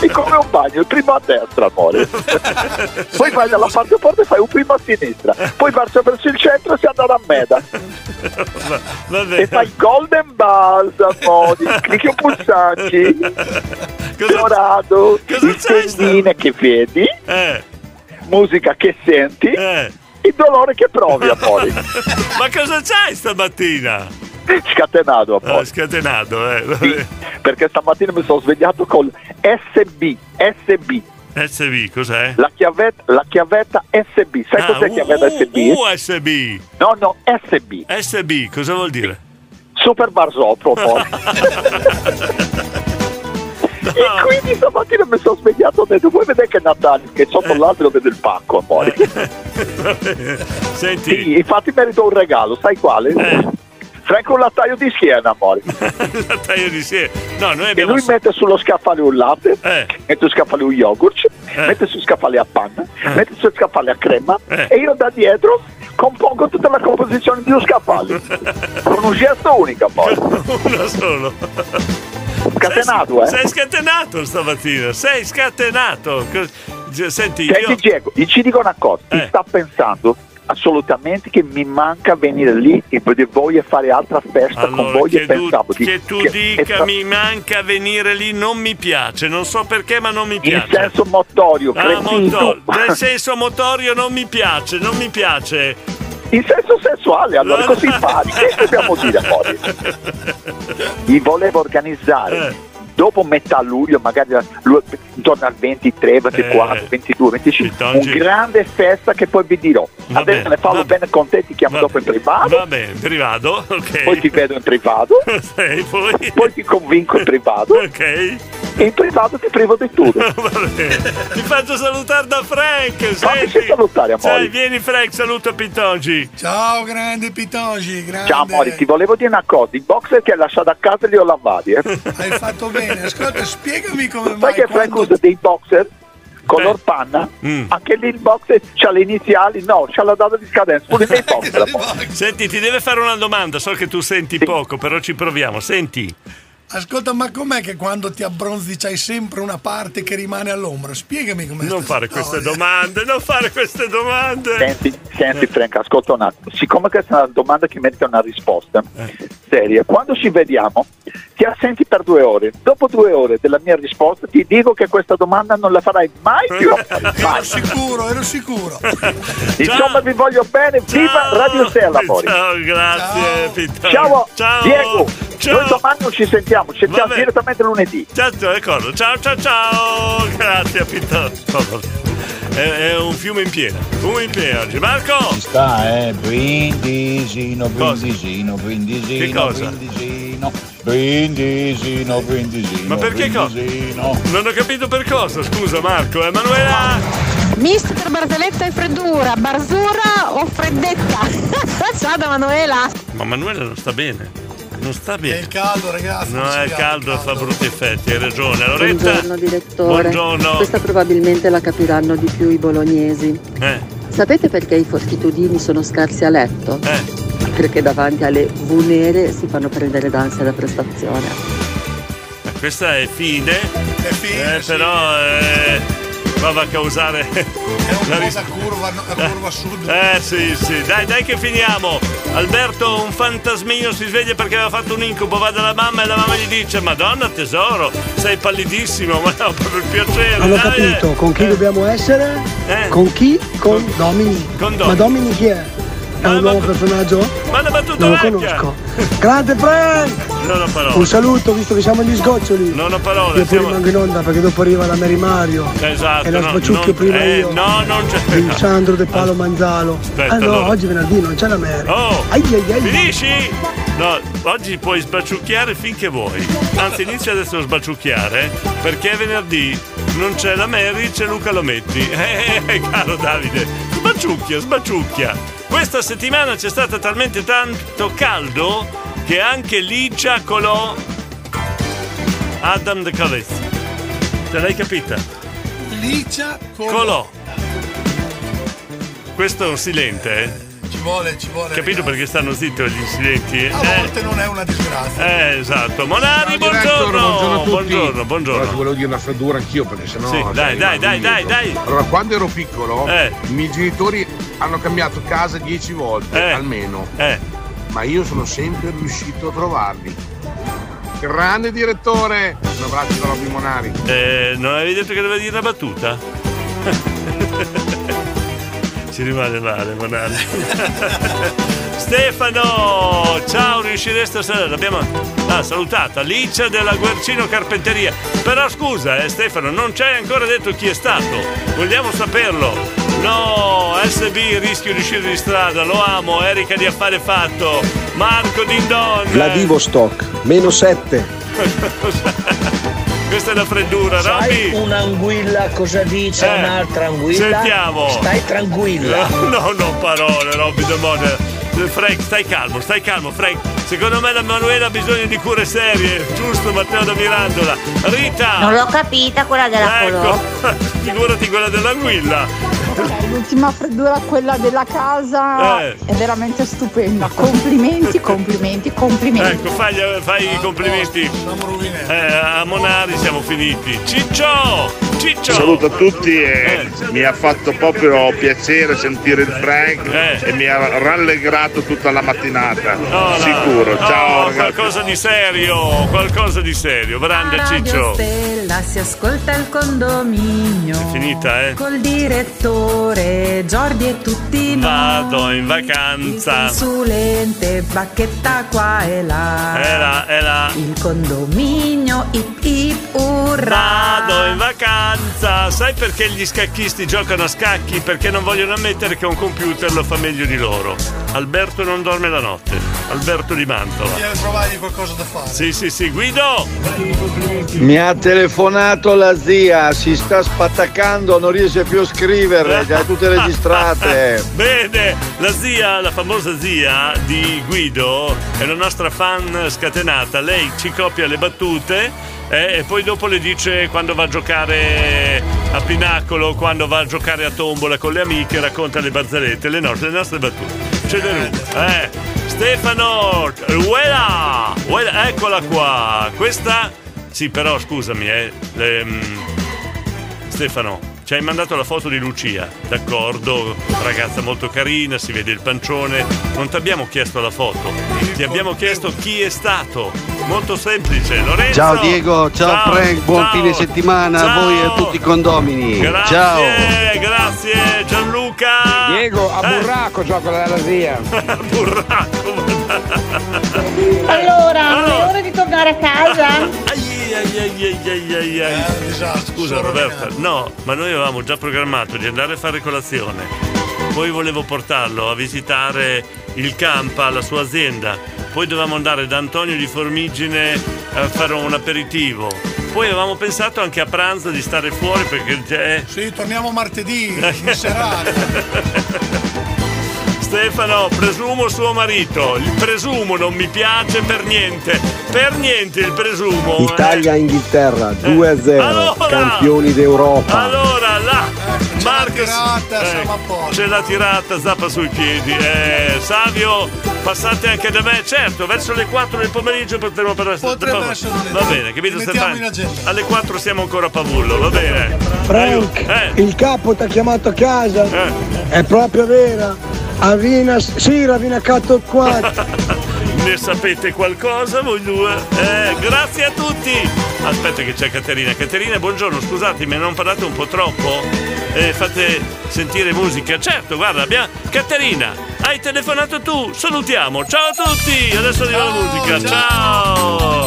è come un bagno, il primo a destra, [LAUGHS] amore. poi vai dalla parte forte e fai un primo a sinistra, poi verso, verso il centro e si andrà a meta. [LAUGHS] e fai Golden Balls, amore. Clicchi un pulsante. Dorado, tendine che vedi, Eh. musica che senti, il dolore che provi a [LAUGHS] poi. Ma cosa c'hai stamattina? Scatenato a poi. Eh, scatenato, eh. vabbè. Perché stamattina mi sono svegliato col SB, SB. SB, cos'è? Ah, La chiavetta, la chiavetta SB, sai cos'è uh, chiavetta SB? USB. No, no, SB. SB, cosa vuol dire? Super [LAUGHS] Barzotto poi. E quindi stamattina mi sono svegliato e ho detto vuoi vedere che è Natale? Che Eh. sotto l'altro vedo il pacco poi. Senti. Eh. Sì, infatti merito un regalo, sai quale? Franco un lattaio di schiena, [LAUGHS] amore. Taglio di sera. No, noi Che abbiamo... Eh. lui mette sullo scaffale un latte, mette sullo scaffale un yogurt, mette sullo scaffale a panna, Eh. mette sullo scaffale a crema e io da dietro compongo tutta la composizione di uno [LAUGHS] scaffale. Con un gesto unico poi. Uno solo. Scatenato, eh. Sei scatenato stamattina, sei scatenato. Cos- gi- Senti Senti, io... Eh. Diego, io ci dico una cosa, ti sta pensando assolutamente che mi manca venire lì e vedere voi e fare altra festa con voi e che tu, pensavo di- che tu che- dica e sta- mi manca venire lì non mi piace, non so perché ma non mi piace. senso motorio, ah, motor- nel senso motorio non mi piace, non mi piace. eh, In senso [LAUGHS] sessuale, allora così impari. Che dobbiamo dire poi? [LAUGHS] Vi volevo organizzare Eh. dopo metà luglio, magari la- lu- intorno al 23, Eh. 24, 22, 25, un grande festa che poi vi dirò. Adesso ne parlo bene con te, ti chiamo dopo in privato. Va bene, privato, ok. Poi ti vedo in [LAUGHS] privato, poi... ti convinco in privato, e in privato ti privo di tutto. [LAUGHS] Va bene. Ti faccio salutare da Frank. Fammici salutare, Sai, amore. vieni Frank, saluta Pitongi. Ciao, Grande Pitogi, grande. Ciao, amore, ti volevo dire una cosa: i boxer che hai lasciato a casa li ho lavati. [LAUGHS] Eh. Hai fatto bene. Ascolta, spiegami come Sai mai. che Frank usa dei boxer color panna? Anche lì il boxer c'ha le iniziali, no, c'ha la data di scadenza. Pure [LAUGHS] dei boxer. amore. Senti, ti deve fare una domanda. So che tu senti poco, però ci proviamo. Senti, Ascolta, ma com'è che quando ti abbronzi c'hai sempre una parte che rimane all'ombra? Spiegami com'è. non fare queste domande, non fare queste domande. Senti, senti, Frank, ascolta un attimo. Siccome questa è una domanda che merita una risposta seria, quando ci vediamo ti assenti per due ore. Dopo due ore della mia risposta ti dico che questa domanda non la farai mai [LAUGHS] più. Mai. Ero sicuro, ero sicuro. Insomma, vi voglio bene. Viva Radio Stella, amore. Ciao, grazie Pitongi. Ciao, ciao. Diego. Noi Ciao. domani non ci sentiamo, ci sentiamo direttamente lunedì. Ciao, ciao, d'accordo. ciao, ciao, ciao. Grazie Pitongi. Oh, vabbè. È, è un fiume in piena, fiume in piena oggi. Marco! Ci sta, eh? Brindisino, brindisino, brindisino. Che cosa? Brindisino, brindisino, brindisino. Ma perché cosa? Non ho capito per cosa, scusa Marco. Emanuela! Mister Barzelletta e freddura, barzura o freddetta? [LAUGHS] Ciao da Manuela. Ma Manuela non sta bene. Non sta bene. È il caldo, ragazzi. No, è il caldo, fa brutti effetti, hai ragione. Loretta. Buongiorno direttore. Buongiorno. Questa probabilmente la capiranno di più i bolognesi. Eh. Sapete perché i fortitudini sono scarsi a letto? Eh. Perché davanti alle V nere si fanno prendere d'ansia da prestazione. Questa è fine. eh, Però eh, va va a causare. [LAUGHS] la ris- Curva, no, la curva sud. eh sì sì, dai dai che finiamo. Alberto un fantasmino si sveglia perché aveva fatto un incubo, va dalla mamma e la mamma gli dice Madonna tesoro, sei pallidissimo, [LAUGHS] ma no, per piacere. Hanno dai, capito eh." con chi dobbiamo essere? Eh. Con chi? Con, Domini. con Domini. Ma Domini chi è? È un nuovo personaggio? Ma la battuta Non lo vecchia. conosco. [LAUGHS] Grande Frank! Non ho parole. Un saluto, visto che siamo agli sgoccioli. Non ho parole, Io poi siamo- rimango in onda perché dopo arriva la Mary Mario. Esatto. E la no, Sbacciucchio non- prima eh, io. No, non c'è. Il Sandro De Palo Manzalo. Eh. Aspetta, ah no, allora. oggi è venerdì non c'è la Mary. Oh! Ai, ai, ai. Finisci? No, oggi puoi sbaciucchiare finché vuoi. Anzi, inizia adesso a sbaciucchiare, eh? perché è venerdì non c'è la Mary, c'è Luca Lometti. [LAUGHS] Eh, eh, eh, caro Davide, sbaciucchia, sbaciucchia. Questa settimana c'è stato talmente tanto caldo che anche Licia colò Adam de Calais. Ce l'hai capita? Eh. Licia Colò. Colò. Questo è un silente, eh? Ci vuole, ci vuole. Capito perché stanno zitto gli incidenti? A volte non è una disgrazia. Eh, esatto. Monari, Ciao, direttore, buongiorno. buongiorno a tutti. Buongiorno, buongiorno. Allora, ti volevo dire una freddura anch'io perché sennò. [LAUGHS] Sì, cioè, dai, vado dai, dai, indietro. dai, dai. Allora, quando ero piccolo, Eh. i miei genitori hanno cambiato casa dieci Eh. volte almeno. Ma io sono sempre riuscito a trovarli. Grande direttore! Un abbraccio da Robby Monari. Eh, non avevi detto che doveva dire una battuta? [LAUGHS] Ci rimane male, Monari. [LAUGHS] Stefano! Ciao, riuscireste a sal- l'abbiamo ah, salutata Alicia della Guercino Carpenteria. Però scusa, eh, Stefano, non ci hai ancora detto chi è stato. Vogliamo saperlo. No, SB rischio di uscire di strada, lo amo, Erika di affare fatto, Marco Dindon. Vladivostok, meno 7. Questa è la freddura, Sai Robby. un'anguilla cosa dice Eh, un'altra anguilla? Sentiamo. Stai tranquilla. No, [LAUGHS] no, no, parole, Robby Demone. Frank, stai calmo, stai calmo, Frank. Secondo me la Manuela ha bisogno di cure serie, giusto Matteo da Mirandola. Rita! Non l'ho capita quella della Ah. ecco, colore. [LAUGHS] figurati quella dell'anguilla. Cioè, L'ultima freddura, quella della casa, Eh. è veramente stupenda. Complimenti, complimenti, complimenti. Ecco, fai, gli- fai i complimenti. Eh, a Monari siamo finiti. Ciccio! Ciccio! Saluto a tutti e mi ha fatto proprio piacere sentire il Frank e mi ha rallegrato tutta la mattinata. Sicuro. Ciao Oh, ragazzi. qualcosa di serio, qualcosa di serio. Grande Radio Ciccio. Stella si ascolta il condominio. È finita, eh? Col direttore Giordi e tutti noi. Vado in vacanza. Consulente, bacchetta qua e là. È là, è là. Il condominio, ip ip urra. Vado in vacanza. Sai perché gli scacchisti giocano a scacchi? Perché non vogliono ammettere che un computer lo fa meglio di loro. Alberto non dorme la notte. Alberto di Mantova. Deve trovargli qualcosa da fare. Sì, sì, sì, Guido! Mi ha telefonato la zia, si sta spattaccando, non riesce più a Eh. scrivere, le ha tutte registrate. [LAUGHS] Bene, la zia, la famosa zia di Guido, è la nostra fan scatenata. Lei ci copia le battute eh, e poi dopo le dice quando va a giocare a Pinacolo, quando va a giocare a tombola con le amiche, racconta le barzellette, le nostre, le nostre battute. C'è Derulo, eh. Stefano, uela, uela, eccola qua. Questa, sì, però scusami, eh. le, mm, Stefano, ci hai mandato la foto di Lucia, d'accordo? Ragazza molto carina, si vede il pancione. Non ti abbiamo chiesto la foto, ti abbiamo chiesto chi è stato. Molto semplice, Lorenzo. Ciao Diego, ciao, Frank, buon ciao. fine settimana a voi e a tutti i condomini. Grazie, Ciao. grazie Gianluca. Eh. Diego, a burraco gioco della zia. [LAUGHS] burraco. Allora, non è ora di tornare a [LAUGHS] casa? Ai, ai, ai, ai, ai, ai, ai. Scusa Roberta, no, ma noi avevamo già programmato di andare a fare colazione. Poi volevo portarlo a visitare il Campa, la sua azienda. Poi dovevamo andare da Antonio di Formigine a fare un aperitivo. Poi avevamo pensato anche a pranzo di stare fuori perché eh, Sì, torniamo martedì, in serata. Stefano, presumo suo marito. Il presumo non mi piace per niente. Per niente il presumo. eh. Italia-Inghilterra 2-0, Allora! campioni d'Europa. Allora là, Marco eh, c'è la tirata, zappa sui piedi. Eh, Savio, passate anche da me, certo, verso le 4 del pomeriggio potremo parlare. Va- Va bene, capito Mettiamo in Stefano? Alle 4 siamo ancora a Pavullo, va bene. Frank, Eh. il capo ti ha chiamato a casa. È proprio vera. Avina, sì, ravinaccato il [LAUGHS] 4. Ne sapete qualcosa voi due? Eh, grazie a tutti! Aspetta che c'è Caterina. Caterina, buongiorno, scusatemi, non parlate un po' troppo? Eh, fate sentire musica. Certo, guarda, abbiamo... Caterina, hai telefonato tu, salutiamo. Ciao a tutti! Adesso arriva la musica. ciao.